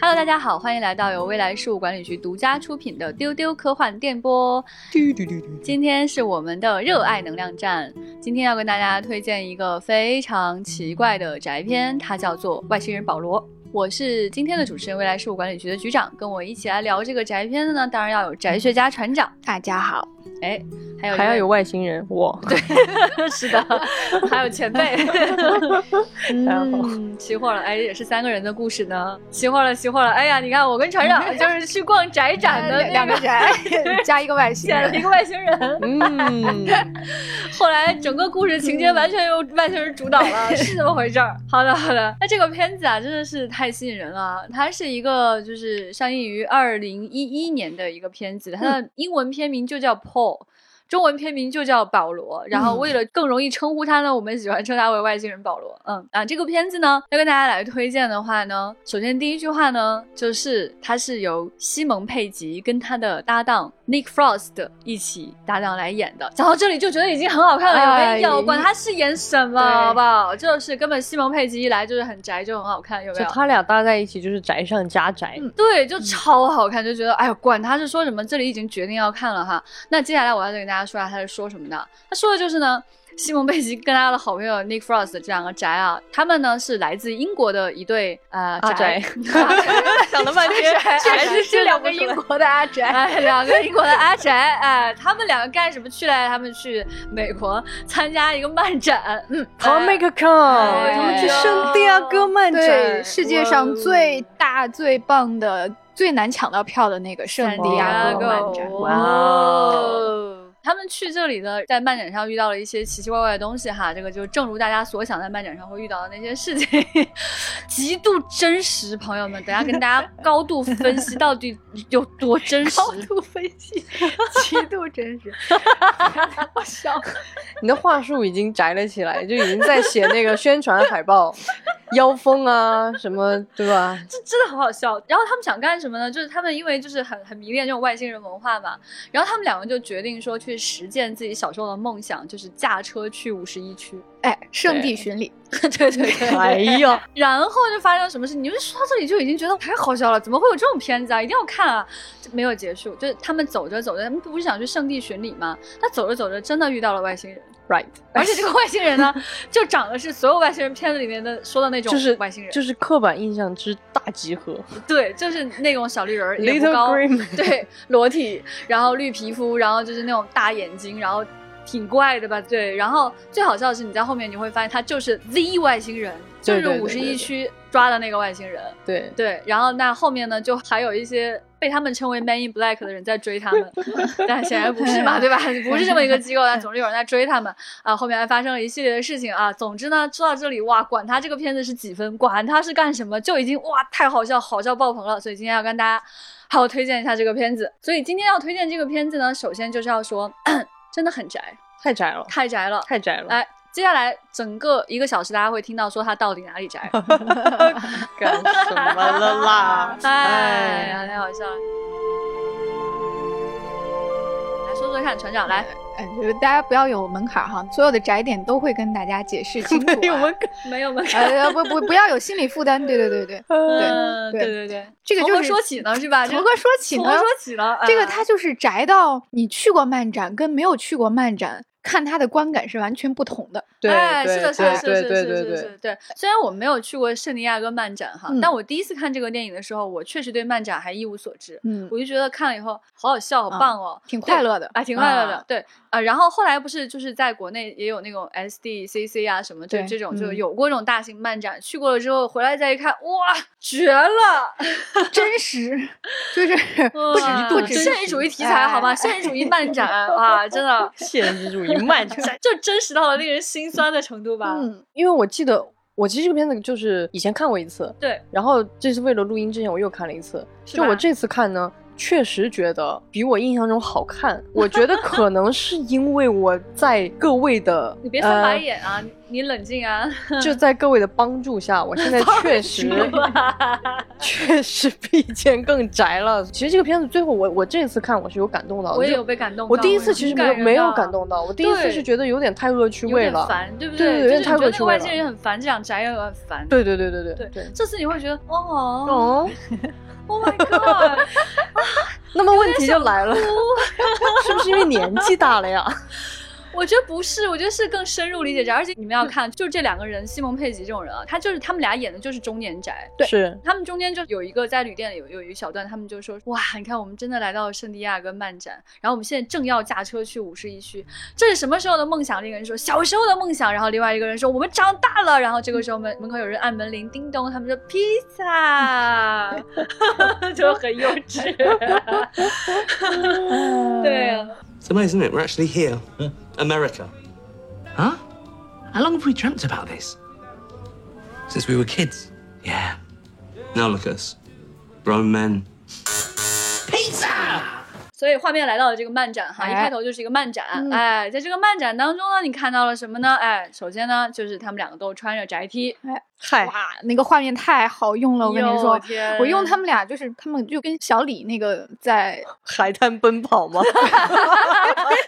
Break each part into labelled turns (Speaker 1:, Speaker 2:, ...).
Speaker 1: Hello，大家好，欢迎来到由未来事务管理局独家出品的丢丢科幻电波。今天是我们的热爱能量站，今天要跟大家推荐一个非常奇怪的宅片，它叫做《外星人保罗》。我是今天的主持人，未来事务管理局的局长。跟我一起来聊这个宅片的呢，当然要有宅学家船长，
Speaker 2: 大家好，
Speaker 1: 哎，还有一
Speaker 3: 还要
Speaker 1: 位
Speaker 3: 有外星人，我
Speaker 1: 是的，还有前辈。
Speaker 3: 然后
Speaker 1: 嗯，齐获了，哎，也是三个人的故事呢。齐获了，齐获了，哎呀，你看我跟船长就是去逛宅展的
Speaker 2: 两个 宅加一个外星
Speaker 1: 选了
Speaker 2: 人，
Speaker 1: 一个外星人，
Speaker 3: 嗯，
Speaker 1: 后来整个故事情节完全由外星人主导了，是这么回事儿。好的，好的。那这个片子啊，真的是太吸引人了。它是一个就是上映于二零一一年的一个片子，它的英文片名就叫 Paul。中文片名就叫保罗，然后为了更容易称呼他呢，我们喜欢称他为外星人保罗。嗯啊，这个片子呢，要跟大家来推荐的话呢，首先第一句话呢，就是它是由西蒙佩吉跟他的搭档 Nick Frost 一起搭档来演的。讲到这里就觉得已经很好看了，有
Speaker 2: 哎
Speaker 1: 没有？管他是演什么，
Speaker 2: 对
Speaker 1: 好不好？就是根本西蒙佩吉一来就是很宅，就很好看，有没
Speaker 3: 就
Speaker 1: 有？
Speaker 3: 他俩搭在一起就是宅上加宅，
Speaker 2: 嗯
Speaker 1: 对，就超好看，就觉得哎呀，管他是说什么，这里已经决定要看了哈。那接下来我要再给大家说一下他是说什么的。他说的就是呢，西蒙贝吉跟他的好朋友 Nick Frost 这两个宅啊，他们呢是来自英国的一对呃
Speaker 2: 啊
Speaker 3: 阿
Speaker 1: 宅，
Speaker 3: 啊 想了半天，
Speaker 2: 确
Speaker 3: 还
Speaker 2: 实
Speaker 3: 是
Speaker 2: 是两个英国的阿宅，
Speaker 1: 哎，两个英国的阿宅，哎，他们两个干什么去了？他们去美国参加一个漫展，嗯，
Speaker 2: ，Oh
Speaker 3: 他
Speaker 1: 哎
Speaker 3: make a come，
Speaker 1: 哎
Speaker 3: 他们去圣地亚哥漫
Speaker 2: 对，
Speaker 3: 展，
Speaker 2: 世界上最大最棒的、最难抢到票的那个圣
Speaker 1: 圣
Speaker 2: 地啊
Speaker 1: 地
Speaker 2: 亚
Speaker 1: 亚
Speaker 2: 哥
Speaker 1: 哥
Speaker 2: 漫展。
Speaker 3: 哇
Speaker 1: 哦！他们去这里呢，在漫展上遇到了一些奇奇怪怪的东西哈，这个就正如大家所想，在漫展上会遇到的那些事情， 极度真实。朋友们，等下跟大家高度分析到底有多真实。
Speaker 2: 高度分析，极度真实，好笑。
Speaker 3: 你的话术已经宅了起来，就已经在写那个宣传海报， 妖风啊什么，对吧？
Speaker 1: 这真的很好笑。然后他们想干什么呢？就是他们因为就是很很迷恋这种外星人文化嘛，然后他们两个就决定说去实践自己小时候的梦想，就是驾车去五十一区。
Speaker 2: 哎，圣地巡礼，
Speaker 1: 对对对，
Speaker 3: 哎 呀，
Speaker 1: 然后就发生什么事？你们说到这里就已经觉得太好笑了，怎么会有这种片子啊？一定要看啊！这没有结束，就是他们走着走着，他们不是想去圣地巡礼吗？他走着走着，真的遇到了外星人，
Speaker 3: ，right，
Speaker 1: 而且这个外星人 呢，就长得是所有外星人片子里面的说的那种，
Speaker 3: 就是
Speaker 1: 外星人，
Speaker 3: 就是刻板印象之大集合
Speaker 1: 对，就是那种小绿人儿，也不
Speaker 3: ，Little
Speaker 1: 高，
Speaker 3: Green，
Speaker 1: 对，裸体，然后绿皮肤，然后就是那种大眼睛，然后挺怪的吧？对，然后最好笑的是你在后面你会发现他就是 Z 外星人，就
Speaker 3: 对
Speaker 1: 是
Speaker 3: 对对
Speaker 1: 五十
Speaker 3: 对
Speaker 1: 一
Speaker 3: 对
Speaker 1: 区抓的那个外星人。
Speaker 3: 对，
Speaker 1: 对，然后那后面呢，就还有一些被他们称为 “Man in Black” 的人在追他们，但显然不是嘛，对吧？不是这么一个机构，但总是有人在追他们啊。后面还发生了一系列的事情啊。总之呢，说到这里，哇，管他这个片子是几分，管他是干什么，就已经哇太好笑，好笑爆棚了。所以今天要跟大家好好推荐一下这个片子。所以今天要推荐这个片子呢，首先就是要说，真的很宅，
Speaker 3: 太宅了，
Speaker 1: 太宅了。
Speaker 3: 太宅了，
Speaker 1: 来，接下来整个一个小时，大家会听到说他到底哪里宅。？
Speaker 3: 干什么了啦
Speaker 1: 哎呀，太好笑了！来说说看，船长来，
Speaker 2: 哎，就是大家不要有门槛儿哈，所有的宅点都会跟大家解释清楚、啊。
Speaker 3: 没有门
Speaker 1: 没 有门槛。
Speaker 2: 呃，不不，不要有心理负担。对对对对，
Speaker 3: 槛，
Speaker 1: 嗯
Speaker 2: 对
Speaker 1: 对对对，
Speaker 2: 这个
Speaker 1: 从
Speaker 2: 就
Speaker 1: 何
Speaker 2: 是
Speaker 1: 说起呢，是吧？这
Speaker 2: 从何说起
Speaker 1: 啊从
Speaker 2: 呢？
Speaker 1: 何说起呢？
Speaker 2: 这个
Speaker 1: 嗯
Speaker 2: 他就是宅到你去过漫展跟没有去过漫展，看他的观感是完全不同的。
Speaker 3: 对，
Speaker 1: 哎，
Speaker 3: 对
Speaker 1: 是的，是
Speaker 3: 对
Speaker 1: 的，是
Speaker 3: 对
Speaker 1: 的，是的，
Speaker 3: 对
Speaker 1: 是
Speaker 3: 对
Speaker 1: 的，
Speaker 3: 对
Speaker 1: 是的，对。虽然我没有去过圣地亚哥漫展哈，
Speaker 2: 嗯
Speaker 1: 但我第一次看这个电影的时候，我确实对漫展还一无所知，
Speaker 2: 嗯，
Speaker 1: 我就觉得看了以后好好笑，好
Speaker 2: 啊
Speaker 1: 棒哦，
Speaker 2: 挺
Speaker 1: 对
Speaker 2: 快乐的
Speaker 1: 啊，挺快乐的，
Speaker 2: 啊
Speaker 1: 对啊。然后后来不是就是在国内也有那种 SDCC 啊什么，就
Speaker 2: 对
Speaker 1: 这种就
Speaker 3: 嗯
Speaker 1: 有过这种大型漫展，去过了之后回来再一看，哇，绝了！
Speaker 2: 真实， 就是不止
Speaker 1: 哇
Speaker 2: 不止
Speaker 1: 现实主义题材好吗？
Speaker 2: 哎
Speaker 1: 现实主义漫展 啊，真的
Speaker 3: 现实主义漫展。
Speaker 1: 就真实到了令人心酸的程度吧。
Speaker 2: 嗯，
Speaker 3: 因为我记得我其实这个片子就是以前看过一次，
Speaker 1: 对，
Speaker 3: 然后这次为了录音之前我又看了一次，
Speaker 1: 是
Speaker 3: 就
Speaker 1: 吧
Speaker 3: 我这次看呢。确实觉得比我印象中好看，我觉得可能是因为我在各位的，
Speaker 1: 你别翻白
Speaker 3: 呃，
Speaker 1: 眼啊，你你冷静啊。
Speaker 3: 就在各位的帮助下，我现在确实
Speaker 1: 哇
Speaker 3: 确实比以前更宅了。其实这个片子最后我我这次看我是有感动到的，
Speaker 1: 我也
Speaker 3: 就
Speaker 1: 有被感动到。
Speaker 3: 我第一次其实没有
Speaker 1: 很人
Speaker 3: 没有
Speaker 1: 的
Speaker 3: 感，动到，我第一次
Speaker 1: 对
Speaker 3: 是觉得有点太恶趣
Speaker 1: 有
Speaker 3: 味
Speaker 1: 点
Speaker 3: 了。
Speaker 1: 烦，对不
Speaker 3: 对对
Speaker 1: 就
Speaker 3: 有
Speaker 1: 是
Speaker 3: 点
Speaker 1: 你
Speaker 3: 太
Speaker 1: 觉得
Speaker 3: 恶
Speaker 1: 那
Speaker 3: 趣
Speaker 1: 个
Speaker 3: 味
Speaker 1: 外
Speaker 3: 了
Speaker 1: 星人很烦，这样宅也很烦。
Speaker 3: 对对对对对
Speaker 1: 对
Speaker 3: 对。
Speaker 1: 这次你会觉得哦
Speaker 3: 哦，
Speaker 1: ，Oh my God，
Speaker 3: 那么问 题就来了，是不是因为年纪大 了呀？
Speaker 1: 我觉得不是，我觉得是更深入理解宅，而且你们要看，就是这两个人，西蒙佩吉这种人啊，他就是他们俩演的就是中年宅，
Speaker 2: 对
Speaker 3: 是
Speaker 1: 他们中间就有一个在旅店里有有一小段，他们就说哇，你看我们真的来到圣地亚哥漫展，然后我们现在正要驾车去五十一区，这是什么时候的梦想？那个人说小时候的梦想，然后另外一个人说我们长大了，然后这个时候门门口有人按门铃，叮咚，他们说披萨， 就很幼稚，对啊。
Speaker 4: It's amazing, isn't it? We're actually here. America.
Speaker 5: Huh? How long have we dreamt about this?
Speaker 4: Since we were kids.
Speaker 5: Yeah.
Speaker 4: Now look at us. Grown men.
Speaker 1: 所以画面来到了这个漫展哈，
Speaker 3: 哎
Speaker 1: 一开头就是一个漫展，哎，在这个漫展当中呢，你看到了什么呢？哎，首先呢，就是他们两个都穿着宅 T，哎
Speaker 3: 嗨，
Speaker 2: 哇，那个画面太好用了，我跟你
Speaker 1: 哟
Speaker 2: 说，
Speaker 1: 天
Speaker 2: 我用他们俩就是他们就跟小李那个在
Speaker 3: 海滩奔跑吗？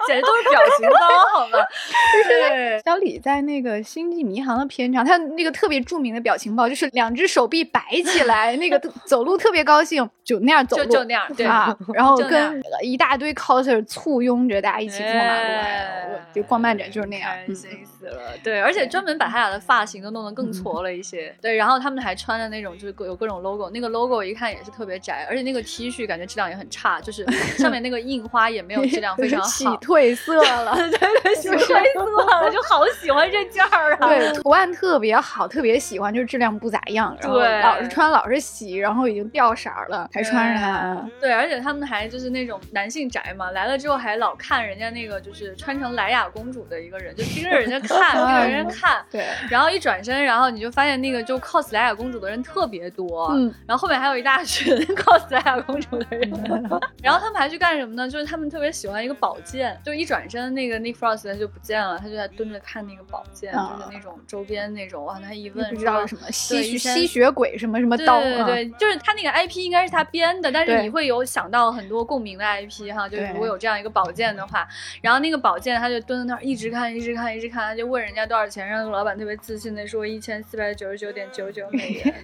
Speaker 1: 简直都是表情包，好吧？ 对，
Speaker 2: 小李在那个《星际迷航》的片场，他那个特别著名的表情包就是两只手臂摆起来，那个走路特别高兴，就那样走
Speaker 1: 就
Speaker 2: 路，
Speaker 1: 就那样，对
Speaker 2: 啊，然后
Speaker 1: 就那样
Speaker 2: 跟一大堆 coser 簇拥着大家一起过马路
Speaker 1: 哎
Speaker 2: 来，我就逛漫展就是那样，
Speaker 1: 开
Speaker 2: 嗯
Speaker 1: 心死了，对，而且专门把他俩的发型都弄得更矬了一些，对，然后他们还穿的那种就是各有各种 logo，那个 logo 一看也是特别宅，而且那个 T 恤感觉质量也很差，就是 上面那个印花也没有质量非常
Speaker 2: 喜
Speaker 1: 好，
Speaker 2: 褪色了。
Speaker 1: 对对， 喜欢色了，就好喜欢这件儿啊，
Speaker 2: 对，图案特别好，特别喜欢，就是质量不咋样，然后
Speaker 1: 对
Speaker 2: 老是穿，老是洗，然后已经掉色儿了，还穿着它。嗯
Speaker 1: 对，而且他们还就是那种男性宅嘛，来了之后还老看人家那个就是穿成莱雅公主的一个人，就盯着人家 看，盯
Speaker 2: 哎
Speaker 1: 着人家看，
Speaker 2: 啊对，
Speaker 1: 然后一转身，然后你就发现那个就 cos 莱雅公主的人特别多，
Speaker 2: 嗯，
Speaker 1: 然后后面还有一大群 cos 莱雅公主的人，
Speaker 2: 嗯
Speaker 1: 然后他们还去干什么呢？就是他们特别喜欢一个宝剑，就一转身那个 Nick Frost 就不见了，他就在蹲着看那个宝剑，
Speaker 2: 啊
Speaker 1: 就是那种周边那种，哇，他一问
Speaker 2: 不知道是
Speaker 1: 什么。
Speaker 2: 什么吸
Speaker 1: 一
Speaker 2: 血
Speaker 1: 些
Speaker 2: 吸血鬼什么什么刀，
Speaker 1: 对对
Speaker 3: 啊
Speaker 2: 嗯
Speaker 1: 对，就是他那个 IP 应该是他编的，但是
Speaker 2: 对
Speaker 1: 你会有想到很多共鸣的 IP 哈，就是
Speaker 2: 对
Speaker 1: 如果有这样一个宝剑的话，然后那个宝剑他就蹲在那儿一直看，一直看，一直看，他就问人家多少钱，然后老板特别自信的说一千四百九十九点九九美 元。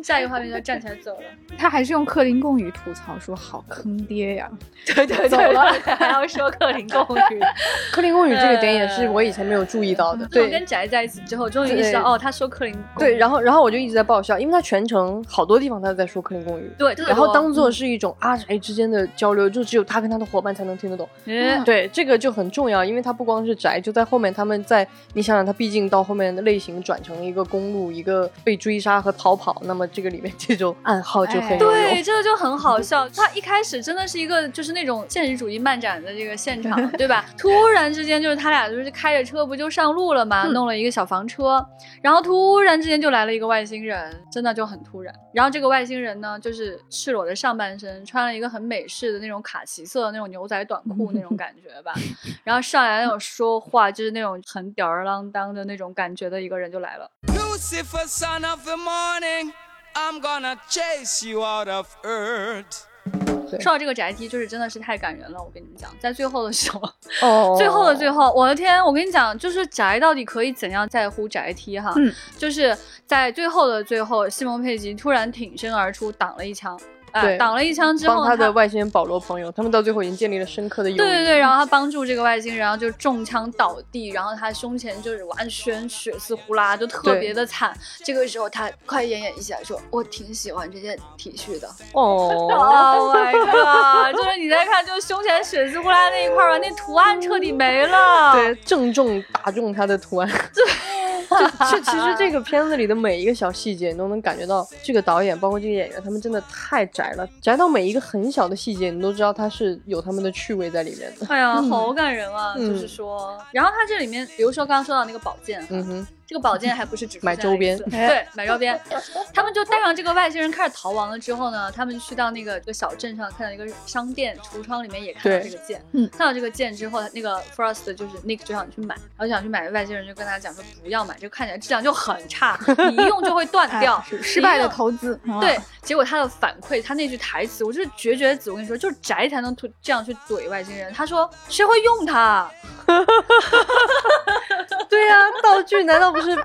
Speaker 1: 下一个画面就站起来走了，
Speaker 2: 他还是用克林贡语吐槽说好坑爹呀，
Speaker 1: 对对
Speaker 2: 走了，
Speaker 1: 还要说克林贡语。
Speaker 3: 克林公寓这个点也是我以前没有注意到的。
Speaker 1: 就
Speaker 3: 对，
Speaker 1: 跟宅在一起之后，终于意识到
Speaker 3: 对
Speaker 1: 哦，他说克林贡语。
Speaker 3: 对，然后然后我就一直在爆笑，因为他全程好多地方他都在说克林公寓，
Speaker 1: 对，特别
Speaker 3: 然后
Speaker 1: 多
Speaker 3: 当做是一种阿宅之间的交流，就只有他跟他的伙伴才能听得懂。
Speaker 1: 嗯
Speaker 3: 对，这个就很重要，因为他不光是宅，就在后面他们在你想想，他毕竟到后面的类型转成一个公路，一个被追杀和逃跑，那么这个里面这种暗号就很
Speaker 2: 哎
Speaker 3: 有用。
Speaker 1: 对，这个就很好笑。他一开始真的是一个就是那种现实主义漫展的这个现场，对吧？突然之间就是他俩就是开着车不就上路了嘛，弄了一个小房车，然后突然之间就来了一个外星人，真的就很突然。然后这个外星人呢，就是赤裸的上半身，穿了一个很美式的那种卡其色的那种牛仔短裤那种感觉吧，然后上来那种说话就是那种很吊儿郎当的那种感觉的一个人就来了。
Speaker 6: Lucifer, son of the morning, I'm gonna chase you out of earth.
Speaker 1: 说到这个宅 T，就是真的是太感人了，我跟你们讲，在最后的时候。
Speaker 3: 哦，
Speaker 1: 最后的最后，我的天！我跟你讲，就是宅到底可以怎样在乎宅 T 哈？
Speaker 2: 嗯，
Speaker 1: 就是在最后的最后，西蒙佩吉突然挺身而出，挡了一枪。哎、
Speaker 3: 对
Speaker 1: 挡了一枪之后，
Speaker 3: 帮他的外星人保罗朋友，他们到最后已经建立了深刻的友谊。
Speaker 1: 对对对，然后他帮助这个外星人，然后就中枪倒地，然后他胸前就是完全血丝呼啦，就特
Speaker 3: 对
Speaker 1: 别的惨。这个时候他快奄奄一息，说：“我挺喜欢这件 T 恤的。”
Speaker 3: 哦，
Speaker 1: Oh my god！就是你再看，就胸前血丝呼啦那一块儿吧，那图案彻底没了。
Speaker 3: 对，正中打中他的图案。 就其实这个片子里的每一个小细节，你都能感觉到这个导演，包括这个演员，他们真的太宅了，宅到每一个很小的细节，你都知道他是有他们的趣味在里 面的。
Speaker 1: 哎呀，好感人啊！
Speaker 3: 嗯
Speaker 1: 就是说，然后他这里面，比如说刚刚说到那个宝剑，
Speaker 3: 嗯哼，
Speaker 1: 这个宝剑还不是只出
Speaker 3: 买
Speaker 1: 现了
Speaker 3: 周边哎
Speaker 1: 一次对，买周边。他们就带上这个外星人开始逃亡了之后呢，他们去到那个这个小镇上，看到一个商店橱窗里面也看到
Speaker 3: 对
Speaker 1: 这个剑，
Speaker 2: 嗯
Speaker 1: 看到这个剑之后，那个 Frost 就是 Nick 就想去买，然后就想去买，外星人就跟他讲说不要买，这个看起来质量就很 差，你一用就会断掉
Speaker 2: 哎，是失败
Speaker 1: 一
Speaker 2: 的
Speaker 1: 用
Speaker 2: 投资，
Speaker 3: 啊
Speaker 2: 嗯
Speaker 1: 对，结果他的反馈，他那句台词，我就是绝绝子。我跟你说，就是宅才能吐这样去怼外星人。他说：“谁会用它
Speaker 3: 对
Speaker 1: 啊
Speaker 3: 呀、道具难道不是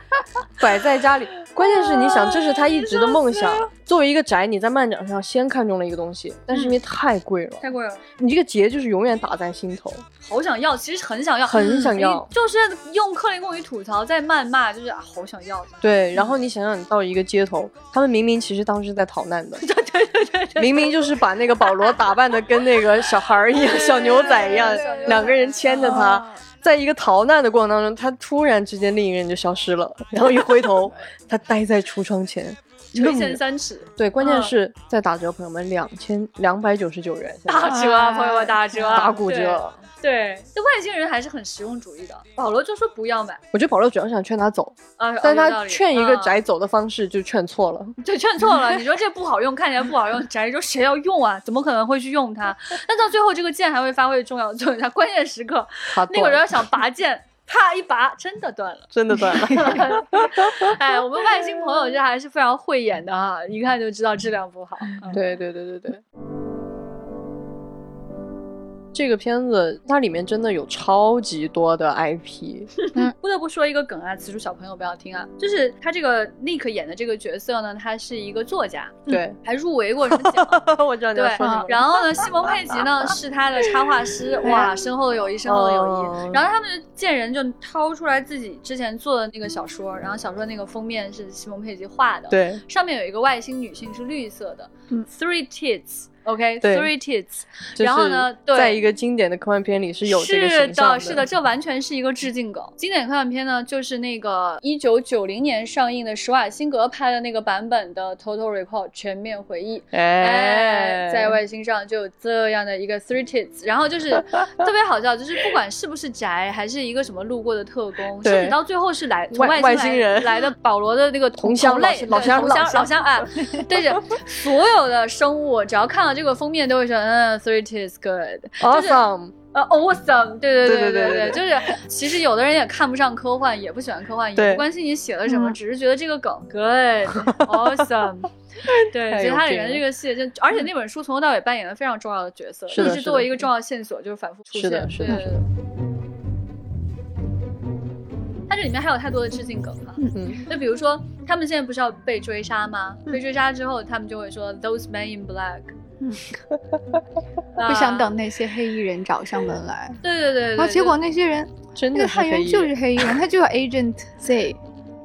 Speaker 3: 摆在家里？关键是你想，这是他一直的梦想。
Speaker 1: 啊
Speaker 3: 作为一个宅，你在漫展上先看中了一个东西，但是因
Speaker 1: 嗯
Speaker 3: 为太贵了？”，
Speaker 1: 太贵了，
Speaker 3: 你这个结就是永远打在心头。
Speaker 1: 好想要，其实很想要，嗯
Speaker 3: 很想要
Speaker 1: 你就是用克林贡语吐槽，在谩骂，就是啊，好想要。
Speaker 3: 对，然后你想想，你到一个街头，他们明明其实当时在逃难的，
Speaker 1: 对对对对对，
Speaker 3: 明明就是把那个保罗打扮的跟那个小孩儿一样，小牛仔一样
Speaker 1: 对对对，嗯
Speaker 3: 两个人牵着
Speaker 1: 哦
Speaker 3: 他，在一个逃难的过程当中，他突然之间另一个人就消失了，然后一回头， 他呆在橱窗前，
Speaker 1: 垂
Speaker 3: 愣
Speaker 1: 涎
Speaker 3: 着。
Speaker 1: 三尺，
Speaker 3: 对，关键
Speaker 1: 嗯
Speaker 3: 是在打折，朋友们，两千两百九十九元，现在
Speaker 1: 打折啊，
Speaker 2: 哎
Speaker 1: 朋友们，打折啊，
Speaker 3: 打骨折。
Speaker 1: 对。对，这外星人还是很实用主义的。保罗就说不要买，
Speaker 3: 我觉得保罗主要想劝他走，
Speaker 1: 啊，
Speaker 3: 但
Speaker 1: 哦有
Speaker 3: 他
Speaker 1: 道理
Speaker 3: 劝一个
Speaker 1: 啊
Speaker 3: 宅走的方式就劝错了。
Speaker 1: 对，劝错了。你说这不好用，看起来不好用，宅说谁要用啊？怎么可能会去用它？那到最后，这个剑还会发挥重要作用，在关键时刻，
Speaker 3: 他
Speaker 1: 那个人要想拔剑，啪一拔，真的断了。
Speaker 3: 真的断了。
Speaker 1: 哎，我们外星朋友这还是非常慧眼的哈，一看就知道质量不好。嗯，
Speaker 3: 对对对对对。这个片子它里面真的有超级多的 IP，
Speaker 1: 不得不说一个梗啊，此处小朋友不要听啊，就是他这个 Nick 演的这个角色呢，他是一个作家，嗯
Speaker 3: 对，
Speaker 1: 还入围过什么奖。
Speaker 3: 我知道你
Speaker 1: 对
Speaker 3: 要说什么，。
Speaker 1: 然后呢，西蒙佩吉呢是他的插画师，哇，深厚的友谊，深厚的友
Speaker 3: 哦
Speaker 1: 谊。然后他们见人就掏出来自己之前做的那个小说，然后小说那个封面是西蒙佩吉画的，，
Speaker 3: 对，
Speaker 1: 上面有一个外星女性是绿色的
Speaker 2: 嗯
Speaker 1: ，Three Tits，OK，Three
Speaker 3: 对
Speaker 1: Tits，
Speaker 3: 就是
Speaker 1: 然后呢对
Speaker 3: 在一个经典的科幻片里是有这个
Speaker 1: 是
Speaker 3: 形象
Speaker 1: 的，是的，这完全是一个致敬梗。经典科幻片呢，就是那个一九九零年上映的施瓦辛格拍的那个版本的《Total Recall》全面回忆，哎
Speaker 3: 哎，，
Speaker 1: 在外星上就有这样的一个 three tits，然后 就是特别好笑，就是不管是不是宅，还是一个什么路过的特工，
Speaker 3: 对
Speaker 1: 甚至到最后是来从
Speaker 3: 外
Speaker 1: 外
Speaker 3: 外星人
Speaker 1: 来的保罗的那个同
Speaker 3: 同乡
Speaker 1: 类
Speaker 3: 老
Speaker 1: 对
Speaker 3: 乡
Speaker 1: 同
Speaker 3: 老
Speaker 1: 乡
Speaker 3: 乡
Speaker 1: 老乡啊，对 着所有的生物，只要看到这个封面都会说，嗯，three tits good，
Speaker 3: awesome，
Speaker 1: 呃，awesome，对对
Speaker 3: 对
Speaker 1: 对
Speaker 3: 对
Speaker 1: 对
Speaker 3: 对，
Speaker 1: 就是其实有的人也看不上科幻，也不喜欢科幻，也不
Speaker 3: 对
Speaker 1: 关心你写了什么，
Speaker 2: 嗯
Speaker 1: 只是觉得这个梗 good，awesome。对，
Speaker 3: 太
Speaker 1: 其实
Speaker 3: 有
Speaker 1: 它里
Speaker 3: 劲
Speaker 1: 面
Speaker 3: 了嗯
Speaker 1: 这个戏，就而且那本书从头到尾扮演了非常重要的角色，
Speaker 3: 是
Speaker 1: 一
Speaker 3: 的
Speaker 1: 直
Speaker 3: 是
Speaker 1: 作为
Speaker 3: 的嗯
Speaker 1: 一个重要线索就是反复出现。
Speaker 3: 是的是的
Speaker 1: 对
Speaker 3: 是
Speaker 1: 对对它这里面还有太多的致敬梗了，
Speaker 3: 嗯，
Speaker 1: 就比如说他们现在不是要被追杀吗？被追杀之后，他们就会说 those men in black，
Speaker 2: 嗯
Speaker 1: 不
Speaker 2: 不想等那些黑衣人找上门来。
Speaker 1: 对对对对，
Speaker 2: 然后
Speaker 1: 对
Speaker 2: 结果那些人，
Speaker 3: 真
Speaker 2: 那个
Speaker 3: 的是
Speaker 2: 探
Speaker 3: 可
Speaker 2: 员
Speaker 3: 以
Speaker 2: 就是黑衣人，他就叫 Agent Z，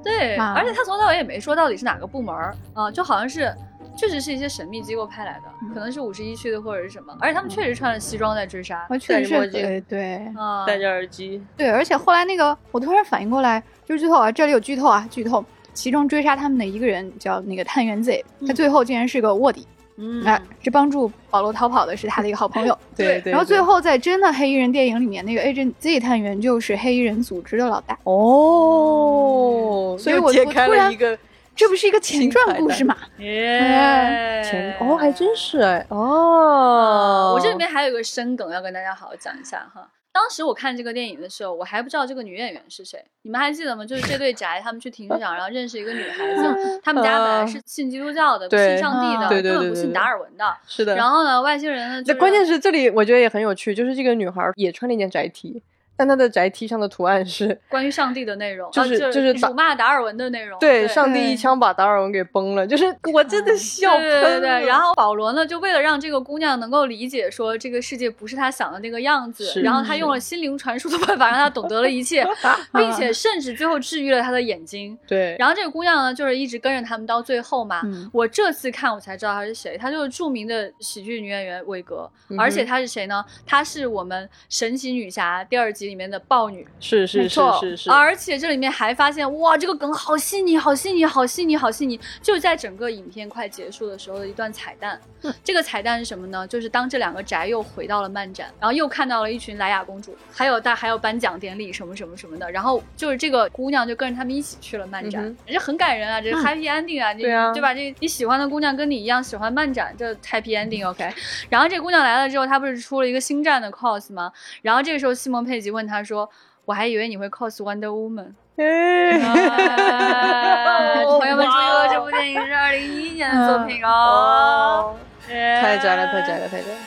Speaker 1: 对，
Speaker 2: 啊
Speaker 1: 而且他从头到尾也没说到底是哪个部门儿啊，就好像是确实是一些神秘机构派来的，
Speaker 2: 嗯
Speaker 1: 可能是五十一区的或者是什么，而且
Speaker 3: 嗯
Speaker 1: 他们确实穿着西装在追杀
Speaker 3: 啊
Speaker 2: 我确实
Speaker 3: 戴着墨
Speaker 2: 是
Speaker 3: 镜
Speaker 2: 对对
Speaker 1: 啊，
Speaker 3: 戴着耳机，
Speaker 2: 对，而且后来那个，我突然反应过来，就是最后啊，这里有剧透啊，剧透。其中追杀他们的一个人叫那个探员 Z，他最后竟然是个卧底，
Speaker 1: 嗯
Speaker 2: 哎、这帮助保罗逃跑的是他的一个好朋友。
Speaker 1: 对
Speaker 3: 对对，
Speaker 2: 然后最
Speaker 3: 对
Speaker 2: 后在真的黑衣人电影里面，那个 Agent Z 探员就是黑衣人组织的老大，
Speaker 3: 哦，
Speaker 2: 所以
Speaker 3: 又
Speaker 2: 我
Speaker 3: 解
Speaker 2: 我
Speaker 3: 开
Speaker 2: 突
Speaker 3: 了
Speaker 2: 然
Speaker 3: 一个
Speaker 2: 这不是一个前传故事嘛？
Speaker 1: 耶
Speaker 3: 前哦，还真是哎，哦，
Speaker 1: 嗯我这里面还有一个深梗要跟大家好好讲一下哈。当时我看这个电影的时候，我还不知道这个女演员是谁，你们还记得吗？就是这对宅，他们去停车场，然后认识一个女孩 子，他们家本来是信基督教的，不信
Speaker 3: 啊对
Speaker 1: 上帝的，
Speaker 2: 啊
Speaker 3: 对对
Speaker 1: 根本
Speaker 3: 对
Speaker 1: 不
Speaker 3: 对
Speaker 1: 信
Speaker 3: 对
Speaker 1: 达尔文的。
Speaker 3: 是的，
Speaker 1: 然后呢，外星人呢，就
Speaker 3: 那关键
Speaker 1: 是
Speaker 3: 是这里我觉得也很有趣，就是这个女孩儿也穿了一件宅 T，但她的宅 T 上的图案是
Speaker 1: 关于上帝的内容，
Speaker 3: 就
Speaker 1: 啊
Speaker 3: 是
Speaker 1: 就
Speaker 3: 就是达
Speaker 1: 辱骂达尔文的内容。哦
Speaker 3: 对
Speaker 1: 对嗯
Speaker 3: 上帝
Speaker 2: 对
Speaker 3: 一枪把达尔文给崩 了，就是我真的 笑
Speaker 1: 对
Speaker 3: 喷
Speaker 1: 对
Speaker 3: 了。
Speaker 1: 对对，然后保罗呢，就为了让这个姑娘能够理解说这个世界不是她想的那个样子，
Speaker 3: 是
Speaker 1: 然后他用了心灵传输的办法让她懂得了一 切，并且甚至最后治愈了她的眼睛。
Speaker 3: 对，
Speaker 1: 然后这个姑娘呢，就是一直跟着他们到最后嘛。
Speaker 2: 嗯
Speaker 1: 我这次看我才知道她是谁，她就是著名的喜剧女演员韦格，
Speaker 3: 嗯哼
Speaker 1: 而且她是谁呢？她是我们《神奇女侠》第二集集里面的豹女，
Speaker 3: 是是
Speaker 2: 没
Speaker 3: 是
Speaker 2: 错
Speaker 3: 是是，
Speaker 1: 而且这里面还发现，哇，这个梗好细腻，好细腻，好细腻，好细腻，就在整个影片快结束的时候的一段彩蛋。这个彩蛋是什么呢？就是当这两个宅又回到了漫展，然后又看到了一群莱雅公主，还有大还有颁奖典礼什么什么什么的，然后就是这个姑娘就跟着他们一起去了漫展，
Speaker 3: 嗯
Speaker 1: 这很感人啊，这 happy ending 啊，你
Speaker 3: 对啊
Speaker 1: 对吧？这你喜欢的姑娘跟你一样喜欢漫展，这 happy ending，OK、然后这姑娘来了之后，她不是出了一个星战的 cos 吗？然后这个时候西蒙佩吉问她说。我还以为你会 cos Wonder Woman，
Speaker 3: 哎，
Speaker 1: 哎朋友们注意哦，这部电影是二零一一年的作品嗯哦，
Speaker 3: 太
Speaker 1: 太
Speaker 3: 宅了，太 宅了，太宅了。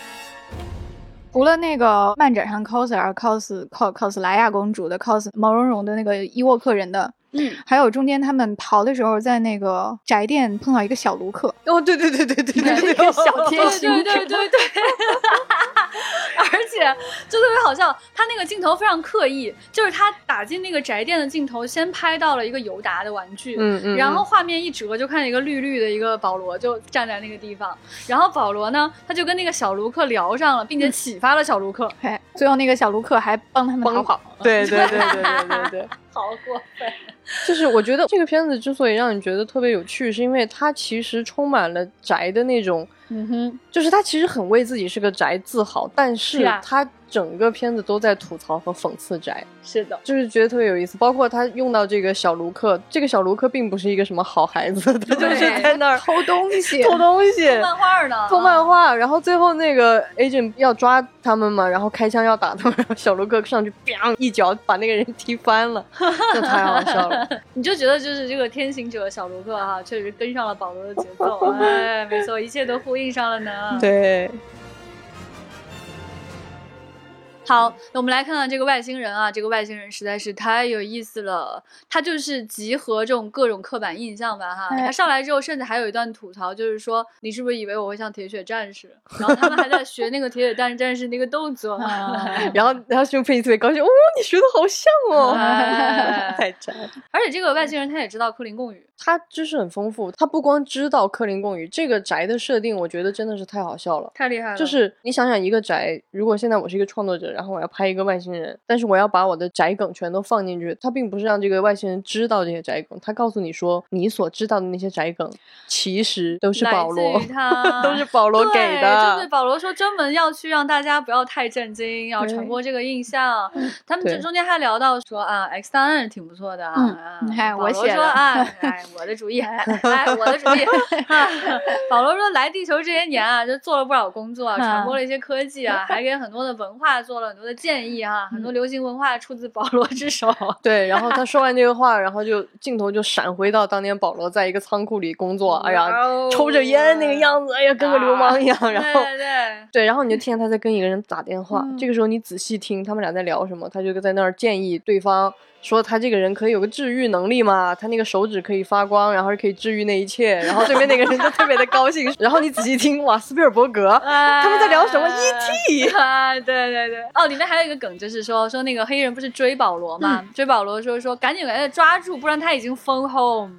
Speaker 2: 除了那个漫展上 coser、cos cos cos 莱娅公主的 cos 毛茸茸的那个伊沃克人的，
Speaker 1: 嗯，
Speaker 2: 还有中间他们逃的时候在那个宅店碰到一个小卢克，
Speaker 3: 哦，对对对对对对 对，
Speaker 2: 小
Speaker 1: 对哦 对对对对， 而且就特别好笑，他那个镜头非常刻意，就是他打进那个宅店的镜头，先拍到了一个尤达的玩具，
Speaker 3: 嗯嗯，
Speaker 1: 然后画面一折，就看见一个绿绿的一个保罗就站在那个地方，然后保罗呢，他就跟那个小卢克聊上了，并且启发了小卢克，
Speaker 2: 哎，最后那个小卢克还帮他们逃
Speaker 3: 帮
Speaker 2: 跑，
Speaker 3: 对对对对对 对对，
Speaker 1: 好过分，
Speaker 3: 就是我觉得这个片子之所以让你觉得特别有趣，是因为它其实充满了宅的那种，
Speaker 1: 嗯哼，
Speaker 3: 就是它其实很为自己是个宅自豪，但是
Speaker 1: 是啊
Speaker 3: 它整个片子都在吐槽和讽刺宅，
Speaker 1: 是的，
Speaker 3: 就是觉得特别有意思。包括他用到这个小卢克，这个小卢克并不是一个什么好孩子，他就是在那儿
Speaker 2: 偷东 西，
Speaker 3: 偷东西。
Speaker 1: 漫画呢，
Speaker 3: 偷漫画，然后最后那个 agent 要抓他们嘛，然后开枪要打他们，然后小卢克上去，砰一脚把那个人踢翻了，这太好笑 了。
Speaker 1: 你就觉得就是这个天行者小卢克哈、确实跟上了保罗的节 奏，哎，没错，一切都呼应上了呢。，
Speaker 3: 对，
Speaker 1: 好，那我们来看看这个外星人啊，这个外星人实在是太有意思了，他就是集合这种各种刻板印象吧哈。
Speaker 2: 哎
Speaker 1: 他上来之后，甚至还有一段吐槽，就是说你是不是以为我会像铁血战士？然后他们还在学那个铁血战战士那个动作。
Speaker 2: 啊
Speaker 3: 然后然后熊佩特别高兴，哦，你学的好像哦，
Speaker 1: 哎
Speaker 3: 太宅了。
Speaker 1: 而且这个外星人他也知道克林贡语，
Speaker 3: 他知识很丰富，他不光知道克林贡语这个宅的设定，我觉得真的是太好笑了。
Speaker 1: 太厉害了。
Speaker 3: 就是你想想，一个宅，如果现在我是一个创作者，然后我要拍一个外星人，但是我要把我的宅梗全都放进去，他并不是让这个外星人知道这些宅梗，他告诉你说，你所知道的那些宅梗，其实都是
Speaker 1: 来
Speaker 3: 保
Speaker 1: 自
Speaker 3: 罗
Speaker 1: 于，他
Speaker 3: 都是保罗
Speaker 1: 对，
Speaker 3: 给
Speaker 1: 就是
Speaker 3: 的。
Speaker 1: 保罗说专门要去让大家不要太震惊，要传播这个印象。他们这
Speaker 3: 嗯对
Speaker 1: 中间还聊到说啊，X 档案挺不错的啊
Speaker 2: 嗯
Speaker 1: 啊。
Speaker 2: 你看
Speaker 1: 保
Speaker 2: 我
Speaker 1: 罗
Speaker 2: 写
Speaker 1: 说
Speaker 2: 的
Speaker 1: 啊， 哎，我的主意，哎，我的主意。 啊保罗说来地球这些年啊，就做了不少工作啊，传
Speaker 3: 嗯
Speaker 1: 播了一些科技啊，还给很多的文化做了很多的建议哈，
Speaker 3: 嗯
Speaker 1: 很多流行文化出自保罗之手。
Speaker 3: 对，然后他说完这个话，然后就镜头就闪回到当年保罗在一个仓库里工作， 哎呀，
Speaker 1: 哇哦啊
Speaker 3: 抽着烟那个样子，哎呀，跟个流氓一样，然后。
Speaker 1: 哦对对。
Speaker 3: 对，然后你就听见他在跟一个人打电话，
Speaker 1: 嗯
Speaker 3: 这个时候你仔细听他们俩在聊什么，他就在那儿建议对方说他这个人可以有个治愈能力嘛，他那个手指可以发光，然后可以治愈那一切，然后对面那个人就特别的高兴，然后你仔细听，哇，斯皮尔伯格，
Speaker 1: 他
Speaker 3: 他们在聊什么，E ET
Speaker 1: 啊，对对对，哦，里面还有一个梗，就是说说那个黑人不是追保罗嘛，
Speaker 3: 嗯
Speaker 1: 追保罗说说赶紧给他抓住，不然他已经 phone home。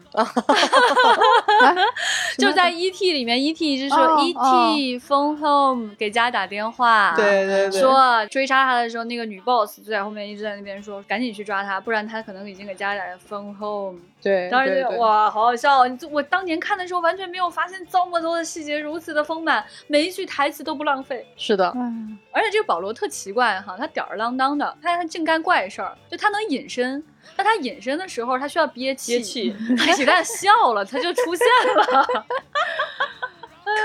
Speaker 1: 就在 E.T. 里面，E.T. 一直说、E
Speaker 2: 哦
Speaker 1: E.T. phone home 给家打电话，
Speaker 3: 对对对，
Speaker 1: 说追杀他的时候，那个女 boss 就在后面一直在那边说赶紧去抓他，不然他可能已经给家打 phone home。
Speaker 3: 对，
Speaker 1: 当时
Speaker 3: 对
Speaker 1: 就
Speaker 3: 对
Speaker 1: 哇，好好笑、哦！你这我当年看的时候完全没有发现这么多的细节如此的丰满，每一句台词都不浪费。
Speaker 3: 是的，
Speaker 2: 嗯
Speaker 1: 而且这个保罗特奇怪哈，他吊儿郎当的，他他净干怪事儿，就他能隐身，但他隐身的时候他需要憋气，
Speaker 3: 憋气，
Speaker 1: 他起蛋笑了，他就出现了。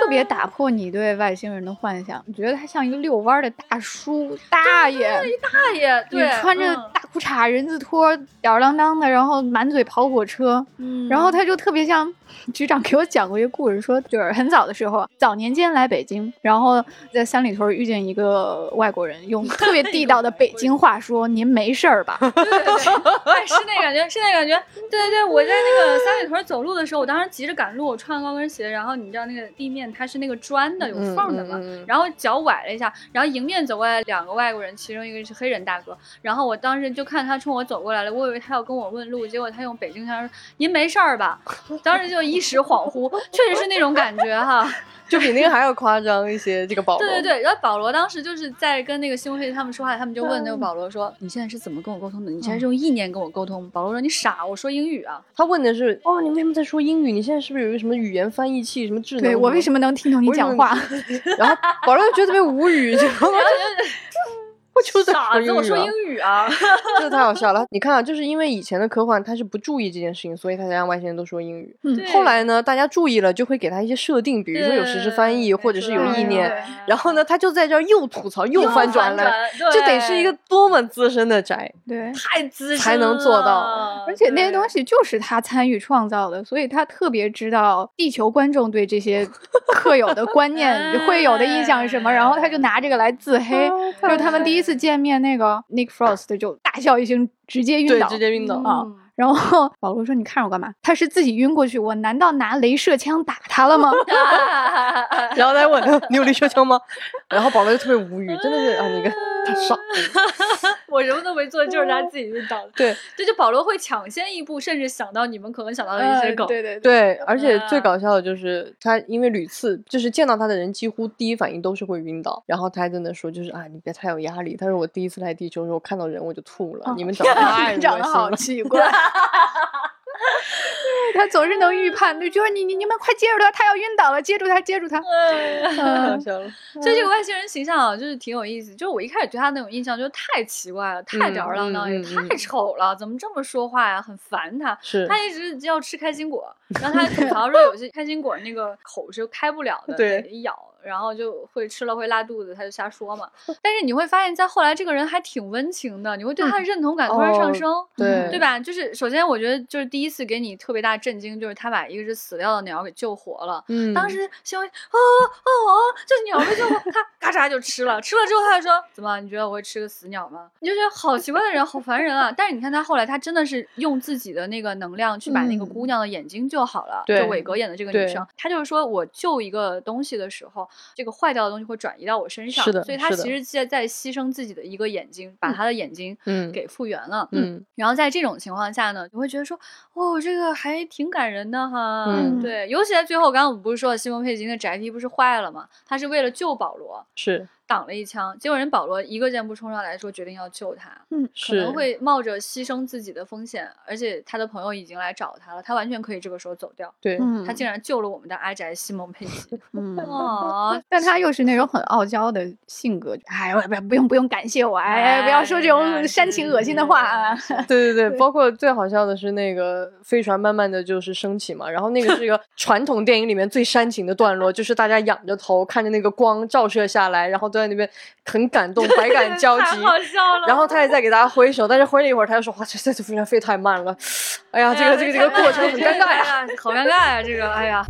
Speaker 2: 特别打破你对外星人的幻想，你觉得他像一个遛弯儿的大叔大爷，
Speaker 1: 大爷，
Speaker 2: 你
Speaker 1: 对，嗯
Speaker 2: 穿着大裤衩、人字拖、吊儿郎当的，然后满嘴跑火车，
Speaker 1: 嗯，
Speaker 2: 然后他就特别像局长给我讲过一个故事，说就是很早的时候，早年间来北京，然后在三里屯遇见一个外国人，用特别地道的北京话说：“您没事儿吧
Speaker 1: 对对对，哎是那感觉，是那感觉，对对对，我在那个三里屯走路的时候，我当时急着赶路，我穿了高跟鞋，然后你知道那个地面它是那个砖的，有
Speaker 3: 嗯
Speaker 1: 缝的嘛，
Speaker 3: 嗯嗯嗯
Speaker 1: 然后脚崴了一下，然后迎面走过来两个外国人，其中一个是黑人大哥，然后我当时就看他冲我走过来了，我以为他要跟我问路，结果他用北京腔说：“您没事儿吧？”当时就一时恍惚，确实是那种感觉哈。
Speaker 3: 就比那个还要夸张一些。这个保罗，
Speaker 1: 对对对，然后保罗当时就是在跟那个兄弟他们说话，他们就问
Speaker 3: 嗯
Speaker 1: 那个保罗说：“你现在是怎么跟我沟通的？你现在是用意念跟我沟通吗？”保罗说：“你傻，我说英语啊。
Speaker 3: 他问的是哦，你为什么在说英语？你现在是不是有一个什么语言翻译器，什么 智能？
Speaker 2: 对我为什
Speaker 3: 么？
Speaker 2: 么能听懂你
Speaker 3: 我为什
Speaker 2: 讲
Speaker 3: 么
Speaker 2: 话？
Speaker 3: 然后保罗就觉得特别无语，你知道吗？ 我就在
Speaker 1: 傻子，我说
Speaker 3: 英
Speaker 1: 英
Speaker 3: 语
Speaker 1: 语 啊。
Speaker 3: 啊，这太好笑了。你看啊，就是因为以前的科幻他是不注意这件事情，所以他才让外星人都说英语。
Speaker 2: 嗯
Speaker 1: 对
Speaker 3: 后来呢，大家注意了，就会给他一些设定，比
Speaker 1: 比
Speaker 3: 如说有实时翻译，或者是有意念。
Speaker 2: 对
Speaker 3: 然后呢，他就在这儿又吐槽又翻转
Speaker 1: 了
Speaker 3: 了，，这得是一个多么资深的宅。
Speaker 2: 对，
Speaker 1: 太资深
Speaker 3: 才能做到
Speaker 1: 了
Speaker 2: 而且那些东
Speaker 1: 对
Speaker 2: 西就是他参与创造的，所以他特别知道地球观众对这些特有的观念会有的印象是什么，然后
Speaker 3: 嗯
Speaker 2: 他就拿这个来自
Speaker 3: 啊
Speaker 2: 黑。就是他们第一次见面，那个 Nick Frost 就大笑一声，直接晕
Speaker 3: 对
Speaker 2: 倒
Speaker 3: 直。接晕倒。
Speaker 2: 啊然后 保罗说：“你看着我干嘛？”他是自己晕过去，我难道拿镭射枪打 他了吗？
Speaker 1: 啊
Speaker 3: 然后再问 他：“你有镭射枪吗？”然后保罗就特别无语，真的是啊，你看 他傻。
Speaker 1: 我什么都没做，就是他自己晕倒的。
Speaker 3: 对
Speaker 1: 这就保罗会抢先一步，甚至想到你们可能想到的一
Speaker 2: 呃
Speaker 1: 些梗。
Speaker 2: 对对对，
Speaker 3: 哎对，而且最
Speaker 1: 啊
Speaker 3: 搞笑的就是他，因为屡次就是见到他的人，几乎第一反应都是会晕倒。然后他还在那说，就是啊，你别太有压力。他说我第一次来地球的时候，我看到人我就吐
Speaker 1: 哦
Speaker 3: 了。你们长 得太恶
Speaker 2: 长
Speaker 3: 心
Speaker 2: 得好
Speaker 3: 了。
Speaker 2: 奇怪。 他总是能预判，对，就是你你你们快接住他，他要晕倒了，接住他，接住他。
Speaker 1: 对。
Speaker 3: 太
Speaker 2: 嗯
Speaker 3: 好笑了，
Speaker 1: 所以这个外星人形象啊，就是挺有意思。就是我一开始对他那种印象，就是太奇怪了，太吊儿郎当，也
Speaker 3: 嗯嗯嗯
Speaker 1: 太丑了，怎么这么说话呀？很烦他。
Speaker 3: 是
Speaker 1: 他一直要吃开心果，然后他还 吐槽说有些开心果那个口是开不了的，
Speaker 3: 对
Speaker 1: 得咬，然后就会吃了会拉肚子，他就瞎说嘛。但是你会发现，在后来这个人还挺温情的，你会对他的认同感突然上
Speaker 3: 嗯哦
Speaker 1: 升。
Speaker 3: 对
Speaker 1: 嗯对？吧？就是首先，我觉得就是第一次给你特别大震惊，就是他把一个是死掉的鸟给救活了。
Speaker 3: 嗯，
Speaker 1: 当时小薇哦哦哦，这鸟被救活，他嘎嚓就吃了，吃了之后他就说：“怎么？你觉得我会吃个死鸟吗？”你就觉得好奇怪的人，好烦人啊！但是你看他后来，他真的是用自己的那个能量去把那个
Speaker 2: 嗯
Speaker 1: 姑娘的眼睛救好了，
Speaker 3: 对
Speaker 1: 就伟格演的这个女
Speaker 3: 对
Speaker 1: 生，她就是说我救一个东西的时候，这个坏掉的东西会转移到我身上，
Speaker 3: 是的
Speaker 1: 所以她
Speaker 3: 是的
Speaker 1: 其实在在牺牲自己的一个眼睛，把她的眼睛
Speaker 3: 嗯
Speaker 1: 给复原了，
Speaker 3: 嗯
Speaker 1: 然后在这种情况下呢，你会觉得说，哦，这个还挺感人的哈。
Speaker 3: 嗯
Speaker 1: 对，尤其在最后，刚刚我们不是说西蒙佩吉那宅堤不是坏了吗？他是为了救保罗
Speaker 3: 是
Speaker 1: 挡了一枪，结果人保罗一个箭步冲上来说决定要救他，可
Speaker 3: 是
Speaker 1: 能会冒着牺牲自己的风险，而且他的朋友已经来找他了，他完全可以这个时候走掉，
Speaker 3: 对
Speaker 2: 嗯
Speaker 1: 他竟然救了我们的阿宅西蒙佩 吉。
Speaker 2: 嗯，
Speaker 1: 哦，
Speaker 2: 但他又是那种很傲娇的性格，哎，我不不用不用感谢我，哎，不要说这
Speaker 1: 哎
Speaker 2: 种煽情恶心的话啊。
Speaker 3: 对对对，包括最好笑的是那个飞船慢慢的就是升起嘛，然后那个 是一个传统电影里面最煽情的段落，就是大家仰着头看着那个光照射下来，然后都在那边很感动，百感交
Speaker 1: 太
Speaker 3: 集。
Speaker 1: 好 笑了。
Speaker 3: 然后他也在给大家挥手，但是挥了一会儿，他又说：“哇，这这这飞船飞太慢了，哎呀，这个这个这个过程很尴尬呀。
Speaker 1: 哎呀，好尴尬呀，这个，哎呀。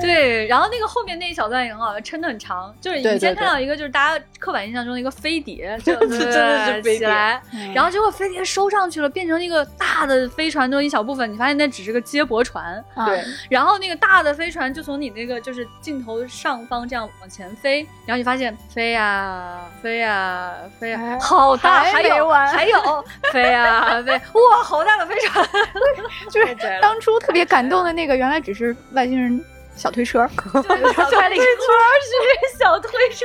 Speaker 1: 对，然后那个后面那一小段也很好，撑得很长，就是
Speaker 3: 对
Speaker 1: 你
Speaker 3: 对
Speaker 1: 先看
Speaker 3: 对
Speaker 1: 到一个就是大家刻板印象中的一个飞 碟，就
Speaker 3: 真的是
Speaker 1: 对
Speaker 3: 飞
Speaker 1: 起
Speaker 3: 碟
Speaker 1: 来，
Speaker 2: 嗯
Speaker 1: 然后结果飞碟收上去了，变成一个大的飞船中一小部分，你发现那只是个接驳船，
Speaker 2: 啊
Speaker 3: 对，
Speaker 1: 然后那个大的飞船就从你那个就是镜头上方这样往前飞，然后你发现飞呀、飞呀、飞呀、
Speaker 2: 哎
Speaker 1: 好大，
Speaker 2: 还
Speaker 1: 还
Speaker 2: 没
Speaker 1: 有
Speaker 2: 完
Speaker 1: 还 有飞呀、飞，哇，好大的飞船，
Speaker 2: 就是当初特别感动的那个，原来只是外星人小推车，
Speaker 1: 推了一圈是小推车，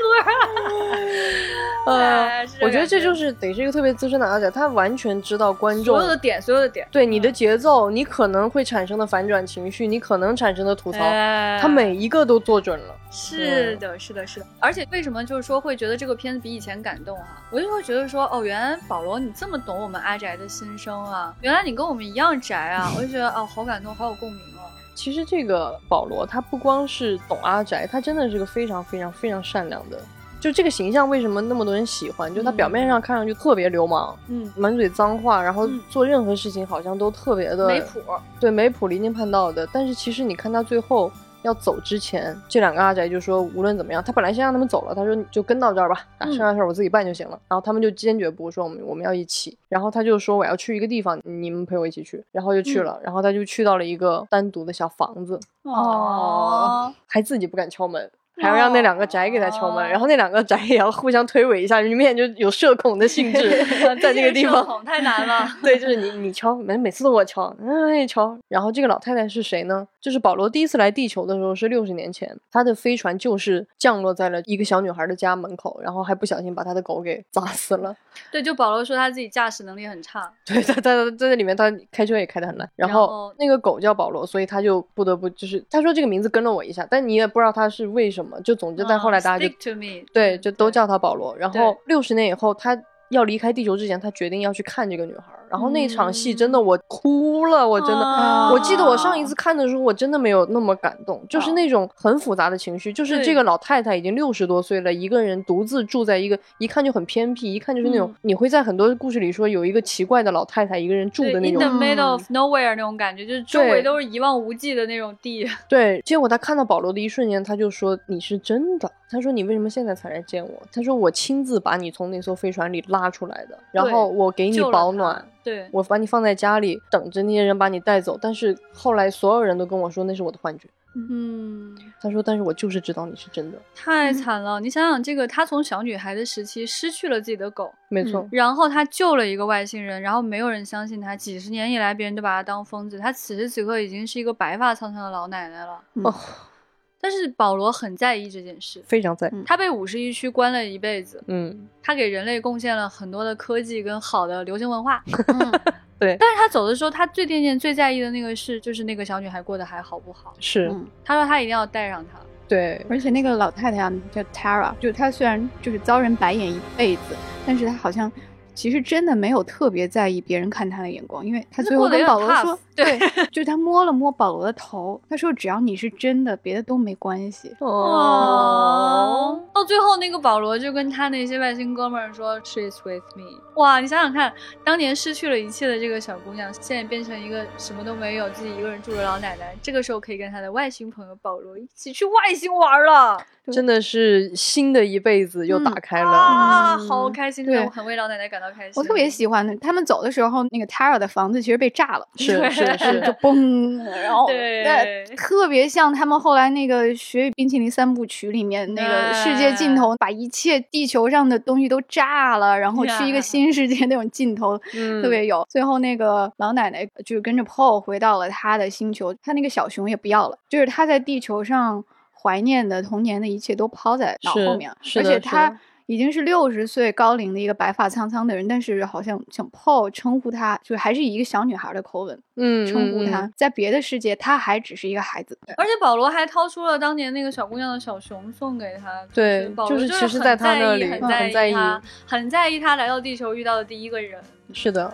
Speaker 3: 呃
Speaker 1: 哎是，
Speaker 3: 嗯我觉得
Speaker 1: 感
Speaker 3: 这
Speaker 1: 觉
Speaker 3: 就是得是一个特别资深的阿仔，他完全知道观众
Speaker 1: 所有的点，所有的点，
Speaker 3: 对你的节奏，你可能会产生的反转情绪，你可能产生的吐槽，
Speaker 1: 哎
Speaker 3: 他每一个都做准了。
Speaker 1: 是的，是的，是的。而且为什么就是说会觉得这个片子比以前感动啊？我就会觉得说，哦，原来保罗你这么懂我们阿宅的心声啊，原来你跟我们一样宅啊，我就觉得哦，好感动，好有共鸣哦。
Speaker 3: 其实这个保罗他不光是懂阿宅，他真的是个非常非常非常善良的。就这个形象为什么那么多人喜欢？就他表面上看上去特别流氓，
Speaker 1: 嗯，
Speaker 3: 满嘴脏话，然后
Speaker 1: 嗯
Speaker 3: 做任何事情好像都特别的
Speaker 1: 没谱，
Speaker 3: 对梅普离经叛道的。但是其实你看他最后要走之前，这两个阿宅就说无论怎么样，他本来先让他们走了，他说你就跟到这儿吧，啊，
Speaker 1: 嗯
Speaker 3: 剩下的事儿我自己办就行了。然后他们就坚决不说我们我们要一起，然后他就说我要去一个地方，你们陪我一起去，然后就
Speaker 1: 嗯
Speaker 3: 去了，然后他就去到了一个单独的小房子，
Speaker 1: 哦，
Speaker 3: 还自己不敢敲门。还要让那两个宅给他敲门，然后那两个宅也要互相推诿一下，明显就有社恐的 性质在这个地
Speaker 1: 社
Speaker 3: 方。
Speaker 1: 恐太难了。
Speaker 3: 对，就是你你敲，每每次都我敲，嗯也敲。然后这个老太太是谁呢？就是保罗第一次来地球的时候是六十年前，他的飞船就是降落在了一个小女孩的家门口，然后还不小心把他的狗给砸死了。
Speaker 1: 对，就保罗说他自己驾驶能力很差，
Speaker 3: 对他，他他在这里面他开车也开得很烂，然
Speaker 1: 然后
Speaker 3: 后那个狗叫保罗，所以他就不得不就是他说这个名字跟了我一下，但你也不知道他是为什么，就总之但后来大家就、
Speaker 1: 嗯 stick to me，
Speaker 3: 对就都叫他保罗。然后
Speaker 1: 对
Speaker 3: 六十年以后他要离开地球之前，他决定要去看这个女孩儿，然后那场戏真
Speaker 1: 嗯
Speaker 3: 的我哭了，我真的。
Speaker 1: 啊
Speaker 3: 我记得我上一次看的时候，我真的没有那么感动，就是
Speaker 2: 哦
Speaker 3: 那种很复杂的情绪，就是这
Speaker 1: 对
Speaker 3: 个老太太已经六十多岁了，一个人独自住在一个一看就很偏僻，一看就是那种、
Speaker 1: 嗯
Speaker 3: 你会在很多故事里说有一个奇怪的老太太一个人住
Speaker 1: 对
Speaker 3: 的那
Speaker 1: ，in the
Speaker 3: 种，嗯
Speaker 1: middle of nowhere 那种感觉，就是周围
Speaker 3: 对
Speaker 1: 都是一望无际的那种地。
Speaker 3: 对。结果她看到保罗的一瞬间，她就说你是真的，她说你为什么现在才来见我？她说我亲自把你从那艘飞船里拉出来的，然
Speaker 1: 对
Speaker 3: 后我给你
Speaker 1: 救了
Speaker 3: 保
Speaker 1: 他
Speaker 3: 暖，
Speaker 1: 对，
Speaker 3: 我把你放在家里，等着那些人把你带走。但是后来所有人都跟我说那是我的幻觉。
Speaker 1: 嗯，
Speaker 3: 他说：“但是我就是知道你是真的，
Speaker 2: 嗯
Speaker 1: 太惨了。你想想，这个她从小女孩的时期失去了自己的狗，
Speaker 3: 没错，
Speaker 2: 嗯
Speaker 1: 然后她救了一个外星人，然后没有人相信她，几十年以来别人都把她当疯子。她此时此刻已经是一个白发苍苍的老奶奶了。
Speaker 2: 嗯
Speaker 3: 哦，
Speaker 1: 但是保罗很在意这件事，
Speaker 3: 非常在。
Speaker 2: 嗯
Speaker 1: 他被五十一区关了一辈子，
Speaker 3: 嗯，
Speaker 1: 他给人类贡献了很多的科技跟好的流行文化。嗯
Speaker 3: 对，
Speaker 1: 但是他走的时候，他最惦念、最在意的那个是，就是那个小女孩过得还好不好。
Speaker 3: 是，
Speaker 2: 嗯
Speaker 1: 他说他一定要带上她。
Speaker 3: 对，
Speaker 2: 而且那个老太太啊，叫 Tara，就是她虽然就是遭人白眼一辈子，但是她好像其实真的没有特别在意别人看她的眼光，因为她
Speaker 1: 她
Speaker 2: 最
Speaker 1: 过
Speaker 2: 后
Speaker 1: 得
Speaker 2: 跟
Speaker 1: 也
Speaker 2: 保
Speaker 1: 很
Speaker 2: 罗
Speaker 1: tough，
Speaker 2: 说，
Speaker 1: 对，
Speaker 2: 就是她摸了摸保罗的头，她说只要你是真的，别的都没关系。
Speaker 1: 哦，，到最后那个保罗就跟他那些外星哥们儿说 “She's with me”。哇，你想想看，当年失去了一切的这个小姑娘，现在变成一个什么都没有、自己一个人住的老奶奶，这个时候可以跟她的外星朋友保罗一起去外星玩了。
Speaker 3: 真的是新的一辈子
Speaker 2: 嗯
Speaker 3: 又打开了。嗯
Speaker 1: 啊，好开心！
Speaker 2: 对
Speaker 1: 我很为老奶奶感到开心。
Speaker 2: 我特别喜欢的，他们走的时候，那个 Tara 的房子其实被炸了，
Speaker 3: 是是是
Speaker 2: 就嘣，然后
Speaker 1: 对
Speaker 2: 那特别像他们后来那个《雪与冰淇淋》三部曲里面那个世界尽
Speaker 1: 嗯
Speaker 2: 头，把一切地球上的东西都炸了，然后去一
Speaker 1: 呀
Speaker 2: 个新世界那种尽头，
Speaker 3: 嗯
Speaker 2: 特别有。最后那个老奶奶就是跟着 Paul 回到了他的星球，他那个小熊也不要了，就是他在地球上怀念的童年的一切都抛在脑
Speaker 3: 是
Speaker 2: 后面了，
Speaker 3: 是
Speaker 2: 而
Speaker 3: 的
Speaker 2: 且
Speaker 3: 是
Speaker 2: 他
Speaker 3: 的。
Speaker 2: 已经是六十岁高龄的一个白发苍苍的人，但是好像像 Paul 称呼他，就还是以一个小女孩的口吻
Speaker 3: 嗯，
Speaker 2: 称呼
Speaker 3: 嗯
Speaker 2: 他，，在别的世界他还只是一个孩子。
Speaker 1: 而且保罗还掏出了当年那个小姑娘的小熊送给她。
Speaker 3: 对
Speaker 1: 保
Speaker 3: 就
Speaker 1: 罗
Speaker 3: 是
Speaker 1: 就
Speaker 3: 其实在他
Speaker 1: 很
Speaker 3: 那
Speaker 1: 意
Speaker 3: 里
Speaker 1: 很
Speaker 3: 嗯很
Speaker 1: 在
Speaker 3: 在
Speaker 1: 意
Speaker 3: 意
Speaker 1: 她，很在意她来到地球遇到的第一个人。
Speaker 3: 嗯是的。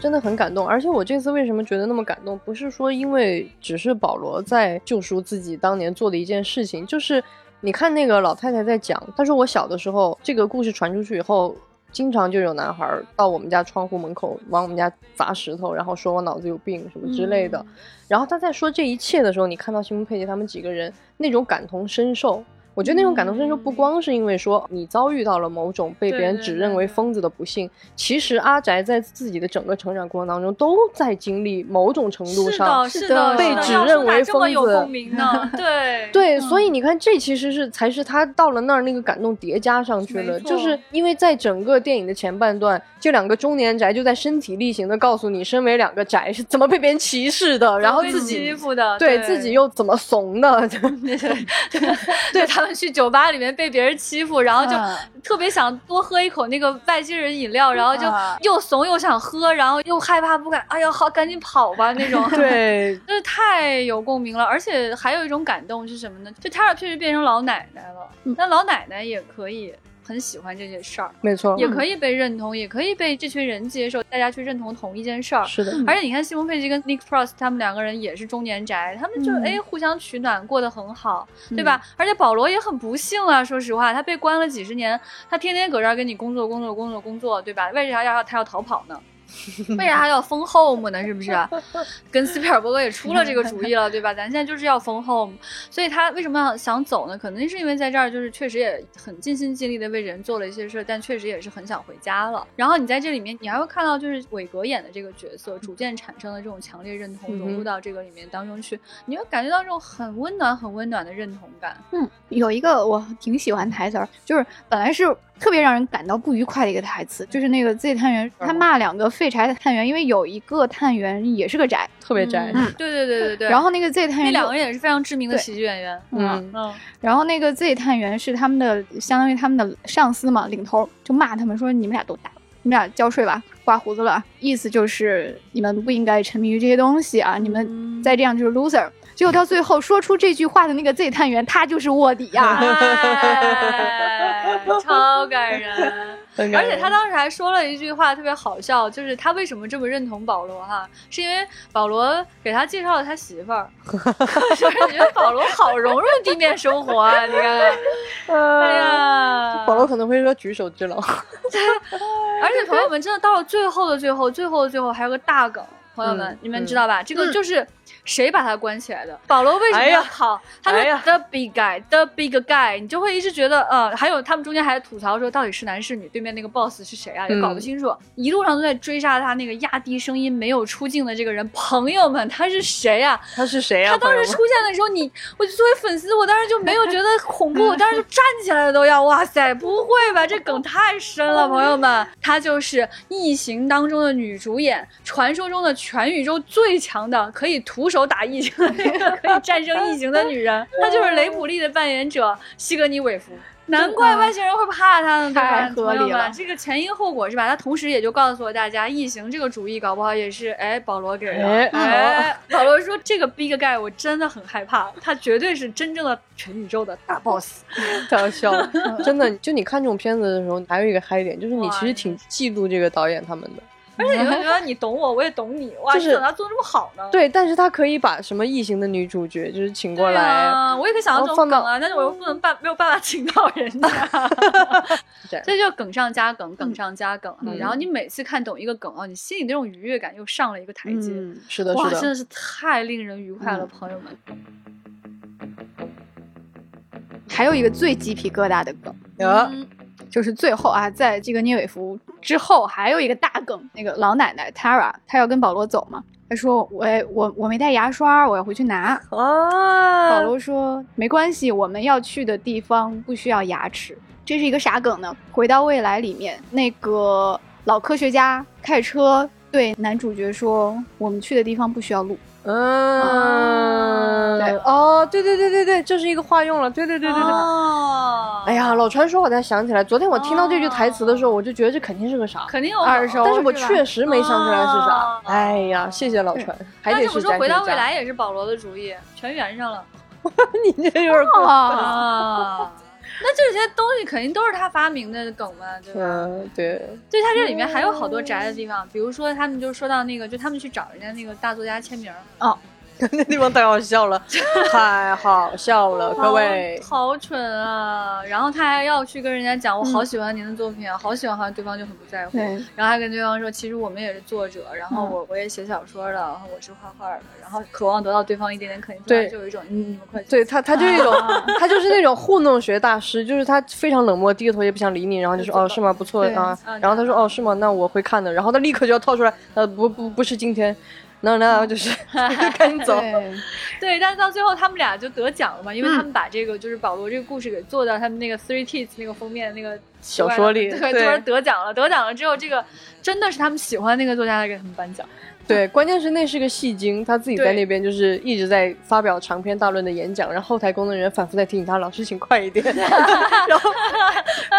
Speaker 3: 真的很感动，而且我这次为什么觉得那么感动，不是说因为只是保罗在救赎自己当年做的一件事情，就是你看那个老太太在讲，她说我小的时候，这个故事传出去以后，经常就有男孩儿到我们家窗户门口往我们家砸石头，然后说我脑子有病什么之类的。然后他在说这一切的时候，你看到西蒙佩吉他们几个人那种感同身受。我觉得那种感同身受不
Speaker 1: 嗯
Speaker 3: 光是因为说你遭遇到了某种被
Speaker 1: 对
Speaker 3: 别人
Speaker 1: 对
Speaker 3: 指
Speaker 1: 对
Speaker 3: 认为
Speaker 1: 对
Speaker 3: 疯子的不幸，其实阿宅在自己的整个成长过程当中都在经历某种程度
Speaker 1: 是
Speaker 3: 上
Speaker 1: 的，是
Speaker 2: 的
Speaker 1: 是
Speaker 2: 被
Speaker 1: 的
Speaker 2: 指
Speaker 1: 要说
Speaker 3: 认
Speaker 1: 她
Speaker 3: 为
Speaker 1: 这么
Speaker 3: 疯
Speaker 1: 有
Speaker 3: 子
Speaker 1: 共鸣 嗯呢。对
Speaker 3: 对，所以你看，这其实是才是他到了那儿那个感动叠加上去了，
Speaker 1: 没错
Speaker 3: 就是因为在整个电影的前半段，这两个中年宅就在身体力行的告诉你，身为两个宅是怎么被别人歧视的，然后
Speaker 1: 被
Speaker 3: 自
Speaker 1: 欺
Speaker 3: 己。
Speaker 1: 负的，
Speaker 3: 啊对自己。又怎么怂 的？
Speaker 1: 对他们去酒吧里面被别人欺负，然后就
Speaker 3: 嗯
Speaker 2: 啊
Speaker 1: 特别想多喝一口那个外星人饮料，然后就
Speaker 3: 嗯
Speaker 2: 啊
Speaker 1: 又怂又想喝，然后又害怕不敢，哎呀，好赶紧跑吧那种。。
Speaker 3: 对，
Speaker 1: 就是太有共鸣了，而且还有一种感动是什么呢？就塔尔确实变成老奶奶了，
Speaker 3: 嗯
Speaker 1: 但老奶奶也可以很喜欢这件事儿，
Speaker 3: 没错，
Speaker 1: 也可以被认同，也可以被这群人接受，大家去认同同一件事儿。
Speaker 3: 是的，
Speaker 1: 而且你看，西蒙佩吉跟 Nick Frost 他们两个人也是中年宅，他们就
Speaker 2: 嗯
Speaker 1: 哎、互相取暖，过得很好，对吧？而且保罗也很不幸啊，说实话，他被关了几十年，他天天搁这儿跟你工作工作工作工作，对吧？为啥要要他要逃跑呢？ 为啥要封 home 呢？是不是？跟斯皮尔伯格也出了这个主意了，对 吧？咱现在就是要封 home，所以他为什么想走呢？可能是因为在这儿就是确实也很尽心尽力的为人做了一些事，但确实也是很想回家了。然后你在这里面，你还会看到就是韦格演的这个角色逐渐产生了这种强烈认同，
Speaker 3: 嗯哼
Speaker 1: 融入到这个里面当中去，你会感觉到这种很温暖、很温暖的认同感。
Speaker 2: 嗯，有一个我挺喜欢台词儿，就是本来是特别让人感到不愉快的一个台词，就是那个 Z 探员他骂两个废柴的探员，因为有一个探员也是个宅，
Speaker 3: 特别宅。
Speaker 1: 嗯对对对对对。
Speaker 2: 然后那个 Z 探
Speaker 1: 那
Speaker 2: 员
Speaker 1: 两
Speaker 2: 就
Speaker 1: 个人也是非常知名的
Speaker 2: 对
Speaker 1: 喜剧演员。
Speaker 3: 嗯
Speaker 1: 嗯，
Speaker 2: 然后那个 Z 探员是他们的，相当于他们的上司嘛，领头就骂他们说：“你们俩都大，你们俩交税吧，刮胡子了。”意思就是你们不应该沉迷于这些东西啊，你
Speaker 1: 嗯
Speaker 2: 们再这样就是 loser。结果到最后说出这句话的那个 Z 探员，他就是卧底啊 呀、
Speaker 1: 哎，超感人。
Speaker 3: 很感
Speaker 1: 而
Speaker 3: 人
Speaker 1: 且他当时还说了一句话特别好笑，就是他为什么这么认同保罗哈，是因为保罗给他介绍了他媳妇儿，就是觉得保罗好融入地面生活啊，你看看，哎呀，
Speaker 3: 保罗可能会说举手之劳，
Speaker 1: 而且朋友们，真的到了最后的最后，最后的最后还有个大梗，朋友们，
Speaker 3: 嗯
Speaker 1: 你们知道吧？这个就是谁把他关起来的？保罗为什么
Speaker 3: 哎
Speaker 1: 要
Speaker 3: 呀
Speaker 1: 跑？他说
Speaker 3: 哎呀
Speaker 1: the big guy，the big guy，你就会一直觉得，呃，还有他们中间还吐槽说到底是男是女，对面那个 boss 是谁啊？也
Speaker 3: 嗯
Speaker 1: 搞不清楚，一路上都在追杀他那个压低声音没有出镜的这个人。朋友们，他是谁啊？
Speaker 3: 他是谁呀、
Speaker 1: 他当
Speaker 3: 朋友
Speaker 1: 时
Speaker 3: 们
Speaker 1: 出现的时候，你我就作为粉丝，我当时就没有觉得恐怖，我当时就站起来了都要。哇塞， 不会吧？这梗太深了，朋友们。她就是《异形》当中的女主演，传说中的全宇宙最强的，可以徒手打异形的那个，可以战胜异形的女人。她就是雷普利的扮演者西格尼·韦弗。难怪外星人会怕他呢，对吧
Speaker 2: 太合理
Speaker 1: 朋友们
Speaker 2: 了
Speaker 1: 这个前因后果是吧？他同时也就告诉了大家，异形这个主意搞不好也是哎保罗给的。
Speaker 3: 哎
Speaker 1: 哎，保罗说这个 Big Guy 我真的很害怕，他绝对是真正的全宇宙的
Speaker 3: 嗯
Speaker 1: 大 boss。
Speaker 3: 太好笑了，真的。就你看这种片子的时候，还有一个嗨点，就是嗯你其
Speaker 1: 哇
Speaker 3: 实挺嫉妒这个导演他们的。
Speaker 1: 而且你会觉得你懂我，我也懂你，哇，
Speaker 3: 就
Speaker 1: 你
Speaker 3: 是
Speaker 1: 怎么他做的这么好呢？
Speaker 3: 对，啊但是他可以把什么异形的女主角就是请过
Speaker 1: 对
Speaker 3: 来，
Speaker 1: 啊，我也可以想到这种
Speaker 3: 然后放
Speaker 1: 梗
Speaker 3: 到
Speaker 1: 啊，但是我又不能办，没有办法请到人家，
Speaker 3: 这样
Speaker 1: 所以就梗上加梗，梗上加梗啊。
Speaker 3: 嗯
Speaker 1: 然后你每次看懂一个梗啊，你心里那种愉悦感又上了一个台阶。
Speaker 2: 嗯，
Speaker 3: 是的，嗯
Speaker 1: 哇，
Speaker 3: 是
Speaker 1: 真
Speaker 3: 的，
Speaker 1: 的是太令人愉快了，朋友们。
Speaker 2: 还有一个最鸡皮疙瘩的梗，
Speaker 1: 嗯
Speaker 3: 啊，
Speaker 2: 就是最后啊，在这个聂伟福之后，还有一个大梗，那个老奶奶 Tara，她要跟保罗走嘛，她说我我我没带牙刷，我要回去拿。保
Speaker 1: 哦
Speaker 3: 啊，
Speaker 2: 罗说：“没关系，我们要去的地方不需要牙齿。”这是一个啥梗呢？回到未来里面，那个老科学家开着车对男主角说：“我们去的地方不需要路。
Speaker 3: 嗯，
Speaker 2: 对
Speaker 3: 哦，对对对对对，这是一个化用了，对对对对对。
Speaker 1: 哦，
Speaker 3: 哎，呀，老传说我才想起来，昨天我听到这句台词的时候，我就觉得这肯定是个啥，
Speaker 1: 肯定有
Speaker 2: 二手
Speaker 3: 哦但是我
Speaker 2: 是吧
Speaker 3: 确实没想起来是
Speaker 1: 哦
Speaker 3: 啥。哎呀，谢谢老传，还
Speaker 1: 那
Speaker 3: 得
Speaker 1: 这么
Speaker 3: 是
Speaker 1: 说，
Speaker 3: 咱
Speaker 1: 回
Speaker 3: 这
Speaker 1: 到
Speaker 3: 家
Speaker 1: 未来也是保罗的主意，全圆上了
Speaker 3: 你这有点
Speaker 1: 哦
Speaker 3: 过分。
Speaker 2: 啊，
Speaker 1: 啊。那这些东西肯定都是他发明的梗嘛，对吧？
Speaker 3: 嗯，对，
Speaker 1: 对，他这里面还有好多宅的地方，比如说他们就说到那个，就他们去找人家那个大作家签名儿，
Speaker 3: 那地方太好笑 了，太好笑了，各位。
Speaker 1: 好好蠢啊！然后他还要去跟人家讲，我好喜欢您的作品啊，好喜欢，好像对方就很不在乎。
Speaker 2: 对，
Speaker 1: 然后还跟对方说，其实我们也是作者，然
Speaker 3: 嗯
Speaker 1: 后我、我也写小说的，然后我是画画的，然后渴望得到对方一点点肯定，突然
Speaker 3: 对
Speaker 1: 就有一种嗯，你们快去
Speaker 3: 对他，他就是那种，
Speaker 1: 啊
Speaker 3: 他就是那种糊弄学大师，就是他非常冷漠，低着头也不想理你，然后就说哦是吗？不错
Speaker 2: 对
Speaker 3: 啊
Speaker 1: 嗯，
Speaker 3: 然后他说哦是吗？那我会看的，然后他立刻就要套出来，呃不不不是今天，那那就是 赶紧走，
Speaker 2: 对，
Speaker 1: 对，但是到最后他们俩就得奖了嘛，因为
Speaker 3: 嗯
Speaker 1: 他们把这个、就是保罗这个故事给做到他们那个 Three Teeth 那个封面那个
Speaker 3: 小说里
Speaker 1: 对，
Speaker 3: 对
Speaker 1: 就是得奖了。得奖了之后，这个真的是他们喜欢那个作家来给他们颁奖。
Speaker 3: 对，关键是那是个戏精，他自己在
Speaker 1: 对
Speaker 3: 那边就是一直在发表长篇大论的演讲，然后后台工作人员反复在提醒他，老师请快一点。 然后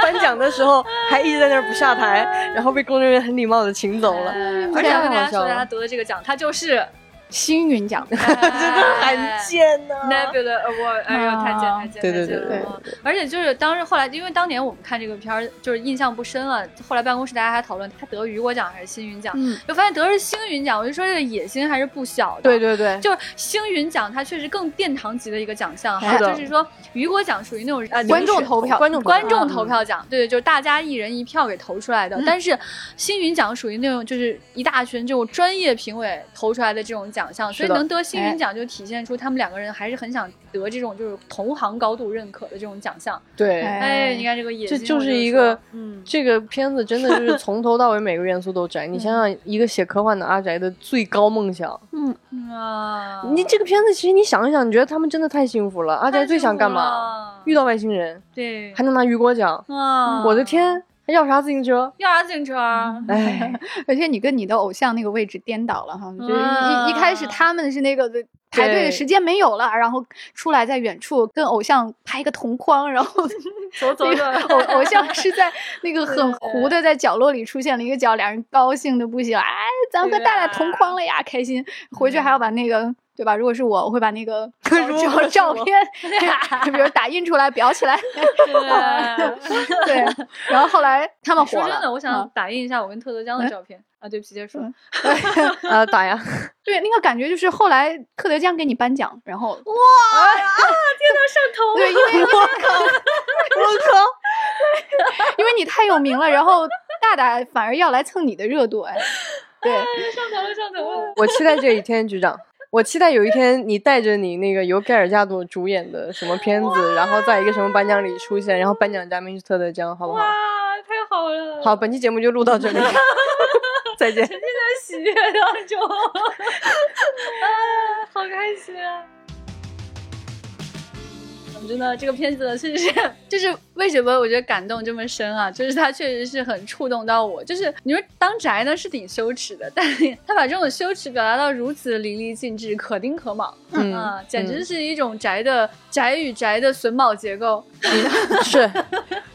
Speaker 3: 颁奖的时候还一直在那儿不下台，然后被工作人员很礼貌的请走了。
Speaker 1: 哎
Speaker 3: 而
Speaker 1: 而
Speaker 3: 且
Speaker 1: 且要
Speaker 3: 太
Speaker 1: 跟大
Speaker 3: 好
Speaker 1: 家
Speaker 3: 笑
Speaker 1: 说一下，
Speaker 3: 了
Speaker 1: 他得了这个奖，他就是哎
Speaker 2: 星云奖，
Speaker 1: 真的
Speaker 3: 很贱 呐、
Speaker 1: Nebula Award，哎呦，
Speaker 2: 啊
Speaker 1: 太贱太贱，
Speaker 3: 对对
Speaker 1: 太贱
Speaker 3: 对
Speaker 2: 对
Speaker 1: 了而且就是当时后来，因为当年我们看这个片儿，就是印象不深了。后来办公室大家还讨论他得雨果奖还是星云奖，
Speaker 2: 嗯，
Speaker 1: 就发现得是星云奖，我就说这个野心还是不小的。
Speaker 2: 对对对，
Speaker 1: 就是星云奖，它确实更殿堂级的一个奖项哈，
Speaker 2: 是的
Speaker 1: 就是说雨果奖属于那种啊
Speaker 2: 观众投票
Speaker 3: 呃观众嗯
Speaker 1: 观众投票奖，对对，就是大家一人一票给投出来的。但是星云奖属于那种就是一大群这种专业评委投出来的这种奖项，所以
Speaker 3: 是的哎
Speaker 1: 能得星云奖就体现出他们两个人还是很想得这种就是同行高度认可的这种奖项。
Speaker 3: 对。
Speaker 2: 哎
Speaker 1: 哎，你看这个野
Speaker 3: 这
Speaker 1: 心，
Speaker 3: 就是
Speaker 1: 我
Speaker 3: 一个
Speaker 1: 说，嗯，
Speaker 3: 这个片子真的就是从头到尾每个元素都宅。你想想，一个写科幻的阿宅的最高梦想，
Speaker 1: 嗯啊，
Speaker 3: 你这个片子其实你想一想，你觉得他们真的太幸福了。阿
Speaker 1: 太
Speaker 3: 宅最想
Speaker 1: 幸福
Speaker 3: 干嘛？
Speaker 1: 了
Speaker 3: 遇到外星人，
Speaker 1: 对，
Speaker 3: 还能拿雨果奖，
Speaker 1: 啊，
Speaker 3: 我的，天，还要啥自行车？
Speaker 1: 要啥自行车啊？
Speaker 3: 哎，
Speaker 2: 而且你跟你的偶像那个位置颠倒了哈，就是
Speaker 1: 啊
Speaker 2: 一一开始他们是那个排队的时间没有了，然后出来在远处跟偶像拍一个同框，然 后
Speaker 1: 走走
Speaker 2: 那
Speaker 1: 走
Speaker 2: 个，偶偶像是在那 个很糊的在角落里出现了一个角，两人高兴的不行，哎，咱们和大大同框了呀，开心。
Speaker 1: 啊
Speaker 2: 回去还要把那个。对吧？如果是我，我会把 那个照照片，
Speaker 1: 啊
Speaker 2: 就比如打印出来，裱起来。
Speaker 1: 对。
Speaker 2: 对，然后后来他们火
Speaker 1: 哎说
Speaker 2: 了。
Speaker 1: 真的，我想
Speaker 2: 嗯
Speaker 1: 打印一下我跟特德江的照片啊！对不起，接着说。
Speaker 2: 嗯
Speaker 3: 啊，打呀！
Speaker 2: 对，那个感觉就是后来特德江给你颁奖，然后
Speaker 1: 头
Speaker 2: 对，因为我靠，我靠， 因为你太有名了，然后大大反而要来蹭你的热度，哎，对，
Speaker 1: 上头了，上头了。
Speaker 3: 我期待这一天，局长。我期待有一天你带着你那个由盖尔加朵主演的什么片子，然后在一个什么颁奖礼出现，然后颁奖嘉宾是特德·江，好不好？
Speaker 1: 哇，太好了！
Speaker 3: 好，，本期节目就录到这里， 再见。
Speaker 1: 沉浸在喜悦当中， 啊，好开心啊！真的，这个片子确实是，就是为什么我觉得感动这么深啊？就是它确实是很触动到我。就是你说当宅呢是挺羞耻的， 但是他把这种羞耻表达到如此淋漓尽致，可丁可卯、
Speaker 3: 嗯
Speaker 1: 啊，简直
Speaker 3: 嗯
Speaker 1: 是一种宅的、宅与宅的榫卯结构。
Speaker 3: 是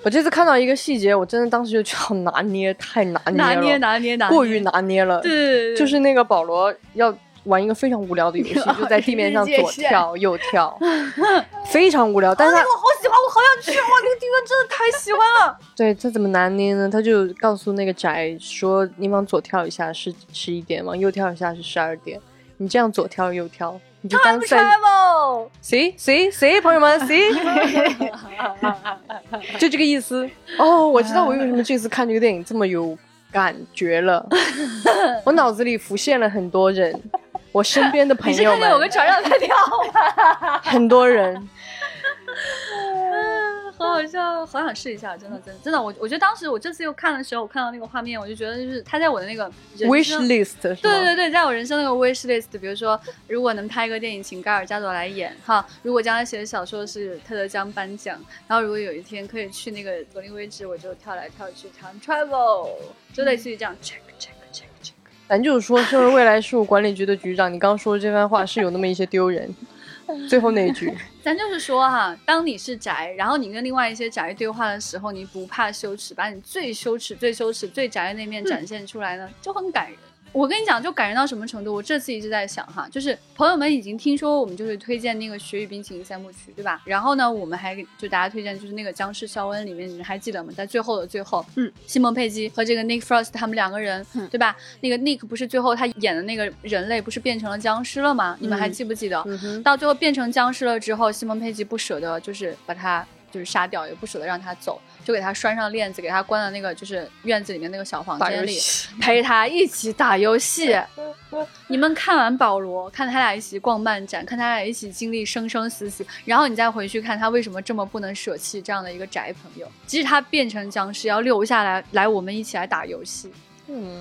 Speaker 3: 我这次看到一个细节，我真的当时就觉得好拿捏，太拿捏
Speaker 1: 拿
Speaker 3: 了，
Speaker 1: 捏拿捏拿捏，
Speaker 3: 过于拿捏了。
Speaker 1: 对，对，对
Speaker 3: 就是那个保罗要玩一个非常无聊的游 戏，就在地面上
Speaker 2: 日界
Speaker 3: 左
Speaker 2: 线
Speaker 3: 跳右跳，非常无聊。但是他
Speaker 1: 哎我好喜欢，我好想去，哇，这个地方真的太喜欢了。
Speaker 3: 对他怎么拿捏呢？他就告诉那个宅说：“你往左跳一下是十一点，往右跳一下是十二点。你这样左跳右跳，你就当 在
Speaker 1: Travel，
Speaker 3: 谁谁谁朋友们谁， 就这个意思。哦，我知道我为什么这次看这个电影这么有感觉了，我脑子里浮现了很多人，我身边的朋
Speaker 1: 你是
Speaker 3: 友
Speaker 1: 看见我
Speaker 3: 们
Speaker 1: 跟，船长在跳吗？
Speaker 3: 很多人。
Speaker 1: 好好笑，啊好想试一下，真的，真的，真的，我我觉得当时我这次又看的时候，我看到那个画面，我就觉得就是他在我的那个人生
Speaker 3: wish list 是吗？
Speaker 1: 对对对，在我人生那个 wish list，比如说，如果能拍一个电影，请盖尔加朵来演哈；如果将来写的小说是特德江颁奖，然后如果有一天可以去那个柏林威治，我就跳来跳去，time travel，就类似于这样 check check check check。
Speaker 3: 咱就是说，身为未来事务管理局的局长，你刚说的这番话是有那么一些丢人。最后那一句，
Speaker 1: 咱就是说哈，当你是宅，然后你跟另外一些宅对话的时候，你不怕羞耻，把你最羞耻、最羞耻、最宅的那面
Speaker 2: 嗯
Speaker 1: 展现出来呢，就很感人。我跟你讲，就感人到什么程度？我这次一直在想哈，就是朋友们已经听说我们就是推荐那个《雪与冰淇淋》三部曲，对吧？然后呢，我们还给就大家推荐就是那个《僵尸肖恩》里面，你还记得吗？在最后的最后，
Speaker 2: 嗯，
Speaker 1: 西蒙佩姬和这个 Nick Frost 他们两个人，
Speaker 2: 嗯
Speaker 1: 对吧？那个 Nick 不是最后他演的那个人类不是变成了僵尸了吗？你们还记不记得？
Speaker 3: 嗯哼，
Speaker 1: 到最后变成僵尸了之后，西蒙佩吉不舍得，就是把他就是杀掉，也不舍得让他走，就给他拴上链子，给他关到那个就是院子里面那个小房
Speaker 3: 打
Speaker 1: 间
Speaker 3: 游
Speaker 1: 里，
Speaker 3: 戏，
Speaker 1: 陪他一起打游戏。 你们看完保罗，看他俩一起逛漫展，看他俩一起经历生生死死，然后你再回去看他为什么这么不能舍弃这样的一个宅朋友，即使他变成僵尸，要留下来来我们一起来打游戏。
Speaker 3: 嗯，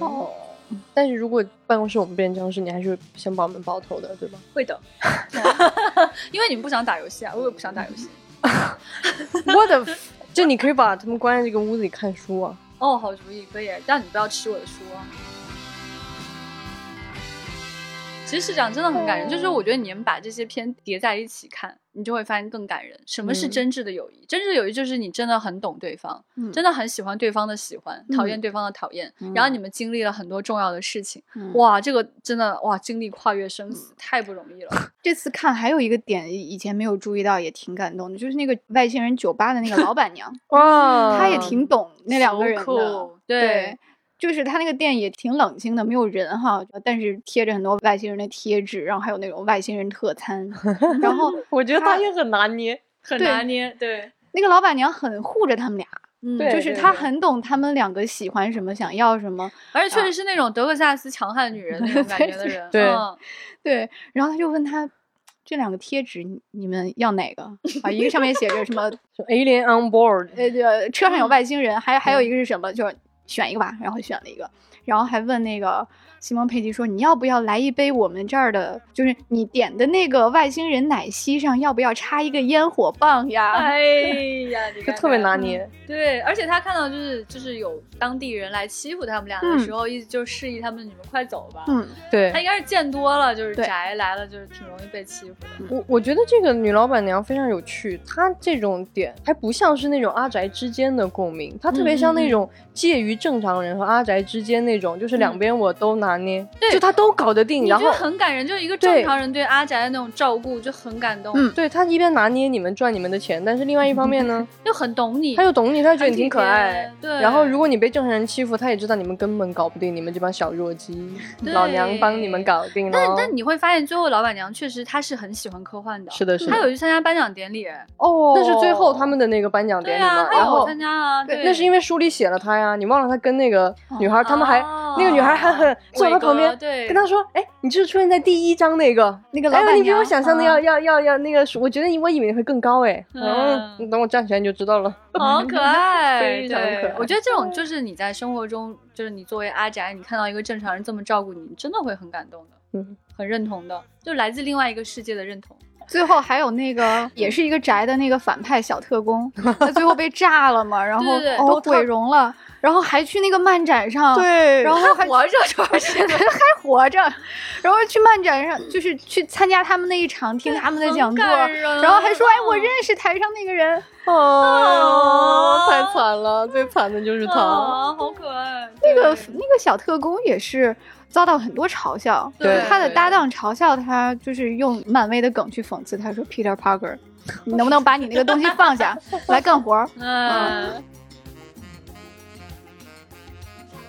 Speaker 3: 但是如果办公室我们变僵尸，你还是先把我们爆头的，对吧？
Speaker 1: 会的，啊 因为你们不想打游戏啊，我也不想打游戏。
Speaker 3: 我的， 就你可以把他们关在这个屋子里看书啊。
Speaker 1: 哦，好主意，可以，但你不要吃我的书、啊。其实市长真的很感人，就是我觉得你们把这些片叠在一起看，你就会发现更感人。什么是
Speaker 3: 嗯
Speaker 1: 真挚的友谊？真挚的友谊就是你真的很懂对方，
Speaker 2: 嗯
Speaker 1: 真的很喜欢对方的喜欢，讨厌对方的讨厌，然后你们经历了很多重要的事情。
Speaker 2: 嗯
Speaker 1: 哇，这个真的哇，经历跨越生死、太不容易 了。
Speaker 2: 这次看还有一个点以前没有注意到，也挺感动的，就是那个外星人酒吧的那个老板娘，
Speaker 3: 哇，
Speaker 2: 嗯她也挺懂那两
Speaker 1: So
Speaker 2: 个人的
Speaker 1: cool，，对
Speaker 2: 对。就是她那个店也挺冷清的，没有人哈，但是贴着很多外星人的贴纸，然后还有那种外星人特餐，然后
Speaker 3: 我觉得他
Speaker 2: 她
Speaker 3: 也很拿捏，
Speaker 1: 很
Speaker 2: 对
Speaker 1: 拿捏，对，
Speaker 2: 那个老板娘很护着他们俩，
Speaker 1: 嗯
Speaker 3: 对
Speaker 2: 就是她很懂他们两个喜欢什么，想要 什么，
Speaker 1: 而且确实是那种德克萨斯强悍女人那种感 觉的人，
Speaker 3: 对
Speaker 1: 嗯
Speaker 2: 对，然后他就问他这两个贴纸你你们要哪个啊？一个上面写着 什么
Speaker 3: 就 Alien on board，
Speaker 2: 呃呃车
Speaker 3: 嗯
Speaker 2: 上有外星人，还还有一个是什么？就是选一个吧，然后选了一个，然后还问那个西蒙佩吉说你要不要来一杯我们这儿的，就是你点的那个外星人奶昔上要不要插一个烟火棒 呀？
Speaker 1: 哎呀，你
Speaker 3: 就
Speaker 1: 看
Speaker 3: 特别
Speaker 1: 看啊
Speaker 3: 拿捏。
Speaker 1: 对，而且他看到就是就是有当地人来欺负他们俩
Speaker 3: 嗯
Speaker 1: 的时候，意思就是示意他们你们快走吧。
Speaker 2: 嗯，
Speaker 3: 对
Speaker 1: 他，应该是见多了，就是
Speaker 2: 对
Speaker 1: 宅来了，就是挺容易被欺负的。
Speaker 3: 我我觉得这个女老板娘非常有趣，她这种点还不像是那种阿宅之间的共鸣，她特别像
Speaker 1: 嗯
Speaker 3: 那种介于正常人和阿宅之间那种，就是两边我都拿捏，
Speaker 1: 嗯对
Speaker 3: 就她都搞得定，
Speaker 1: 你
Speaker 3: 然
Speaker 1: 觉
Speaker 3: 后
Speaker 1: 得很感人，就是一个正常人对阿宅的那种照顾，就很感动，
Speaker 2: 嗯
Speaker 3: 对她一边拿捏你们赚你们的钱，但是另外一方面呢，
Speaker 1: 就很懂 你。
Speaker 3: 她又懂你，她觉得
Speaker 1: 很
Speaker 3: 你挺
Speaker 1: 体
Speaker 3: 可
Speaker 1: 贴
Speaker 3: 爱。，
Speaker 1: 对。
Speaker 3: 然后，如果你被正常人欺负，她也知道你们根本搞不定，你们这帮小弱鸡，
Speaker 1: 对
Speaker 3: 老娘帮你们搞定
Speaker 1: 但
Speaker 3: 了。
Speaker 1: 但你会发现，最后老板娘确实她是很喜欢科幻的，
Speaker 3: 是的，是
Speaker 1: 她有
Speaker 3: 的，
Speaker 1: 去参加颁奖典礼，
Speaker 2: 哦
Speaker 3: 那是最后他们的那个颁奖
Speaker 1: 对
Speaker 3: 典礼嘛，
Speaker 1: 啊，她
Speaker 3: 然
Speaker 1: 有
Speaker 3: 后
Speaker 1: 参加啊，对，哦
Speaker 3: 那是因为书里写了他呀，你忘了他跟那个女孩，他们还那个女孩还很坐他
Speaker 1: 伟
Speaker 3: 旁
Speaker 1: 哥
Speaker 3: 边，
Speaker 1: 对，
Speaker 3: 跟他说，哎，你就是出现在第一章那个，
Speaker 2: 那个老
Speaker 3: 哎呦，
Speaker 2: 板
Speaker 3: 你比
Speaker 2: 娘，
Speaker 3: 我想象的要要要要那个，我觉得你我以为你会更高哎，
Speaker 1: 嗯
Speaker 3: 嗯，你等我站起来你就知道了。
Speaker 1: 好可爱，
Speaker 3: 非常
Speaker 1: 对
Speaker 3: 可爱
Speaker 1: 我觉得这种就是你在生活中，就是你作为阿宅，你看到一个正常人这么照顾你，你真的会很感动的，
Speaker 3: 嗯，
Speaker 1: 很认同的，就来自另外一个世界的认同。
Speaker 2: 最后还有 那个也是一个宅的那个反派小特工，他最后被炸了嘛，然后
Speaker 1: 对对对
Speaker 2: 哦
Speaker 1: 都
Speaker 2: 毁容了，然后还去那个漫展上，，
Speaker 3: 对
Speaker 2: 然
Speaker 3: 然后
Speaker 2: 后还
Speaker 1: 活着主要是
Speaker 2: 还活着，然后去漫展上就是去参加他们那一场，听他们的讲座。然
Speaker 1: 然
Speaker 2: 后还说，哎，
Speaker 1: 嗯
Speaker 2: 我认识台上那个人，
Speaker 3: 哦，太惨了，最惨的就是他。
Speaker 1: 啊，好可爱，
Speaker 2: 那个
Speaker 1: 对
Speaker 2: 那个小特工也是遭到很多嘲笑，
Speaker 1: 对
Speaker 2: 他的
Speaker 1: 对
Speaker 2: 搭档嘲笑他，就是用漫威的梗去讽刺他，说 Peter Parker，你能不能把你那个东西放下来干活儿？
Speaker 1: 嗯。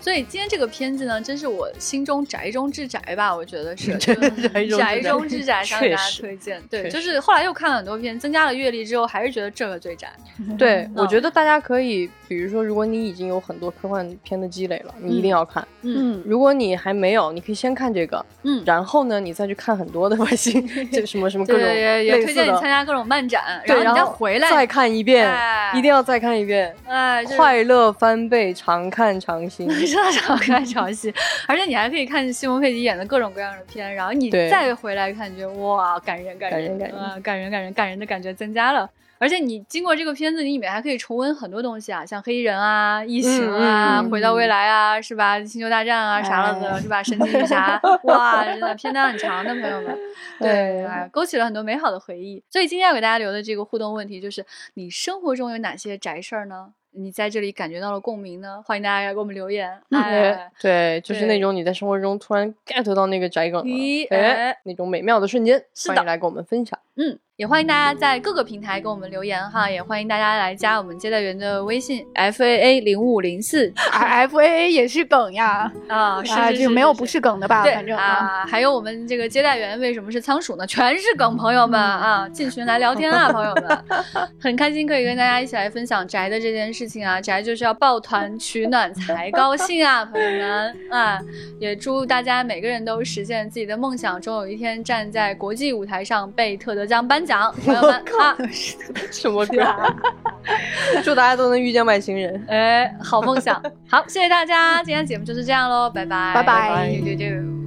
Speaker 1: 所以今天这个片子呢，真是我心中宅中之宅吧，我觉得是就是
Speaker 3: 宅中之
Speaker 1: 宅
Speaker 3: 宅
Speaker 1: 中之宅，向大
Speaker 3: 确
Speaker 1: 家
Speaker 3: 实
Speaker 1: 推荐。对，
Speaker 3: 确
Speaker 1: 就
Speaker 3: 实
Speaker 1: 是后来又看了很多片，增加了阅历之后，还是觉得这个最宅。
Speaker 3: 对，我
Speaker 1: 嗯
Speaker 3: 觉得大家可以，比如说，如果你已经有很多科幻片的积累了，你一定要看。
Speaker 2: 嗯，
Speaker 3: 如果你还没有，你可以先看这个，
Speaker 1: 嗯
Speaker 3: 然后呢，你再去看很多的外星，就什么什么各种
Speaker 1: 对，也也
Speaker 3: 类
Speaker 1: 推
Speaker 3: 似
Speaker 1: 荐你参
Speaker 3: 的，
Speaker 1: 加各种漫展，
Speaker 3: 对，
Speaker 1: 后
Speaker 3: 然
Speaker 1: 你再
Speaker 3: 后
Speaker 1: 回来
Speaker 3: 再看一遍，
Speaker 1: 哎
Speaker 3: 一定要再看一遍，
Speaker 1: 哎，就是
Speaker 3: 快乐翻倍，常看 常新。
Speaker 1: 真的 常看常新，而且你还可以看西蒙佩吉演的各种各样的片，然后你
Speaker 3: 对
Speaker 1: 再回来看，觉得哇，感人感人
Speaker 3: 感人感人
Speaker 1: 啊感人感人感人的感觉增加了。而且你经过这个片子，你里面还可以重温很多东西啊，像黑衣人啊、异形啊、
Speaker 3: 嗯嗯
Speaker 1: 回到未来啊，是吧？星球大战啊，啥了的，
Speaker 2: 哎
Speaker 1: 是吧？神奇女侠， 哇，真的片单很长的朋友们，对，
Speaker 3: 对
Speaker 1: 哎勾起了很多美好的回忆。所以今天要给大家留的这个互动问题就是：你生活中有哪些宅事儿呢？你在这里感觉到了共鸣呢？欢迎大家给我们留言。
Speaker 2: 嗯
Speaker 1: 哎，
Speaker 3: 对，就是那
Speaker 1: 对
Speaker 3: 种你在生活中突然 get 到那个宅梗
Speaker 1: 咦
Speaker 3: 了，哎
Speaker 1: 哎，
Speaker 3: 那种美妙的瞬间，
Speaker 1: 是
Speaker 3: 欢
Speaker 1: 的
Speaker 3: 迎来跟我们分享。
Speaker 1: 嗯，也欢迎大家在各个平台给我们留言哈，也欢迎大家来加我们接待员的微信 f a a 零五零四
Speaker 2: f A A 也是梗呀，
Speaker 1: 啊，是
Speaker 2: 啊，
Speaker 1: 是
Speaker 2: 这个没有不是梗的吧？
Speaker 1: 对
Speaker 2: 反正啊，
Speaker 1: 啊，还有我们这个接待员为什么是仓鼠呢？全是梗，朋友们
Speaker 2: 嗯
Speaker 1: 啊，进群来聊天 啊，朋友们，很开心可以跟大家一起来分享宅的这件事情啊，宅就是要抱团取暖才高兴啊，朋友们啊，也祝大家每个人都实现自己的梦想，终有一天站在国际舞台上被特德奖颁奖，朋 友们啊，
Speaker 3: 什么梗？ 祝大家都能遇见外星人。
Speaker 1: 哎，好梦想，好，谢谢大家，今天节目就是这样喽，拜拜，
Speaker 2: 拜拜
Speaker 1: 对对对。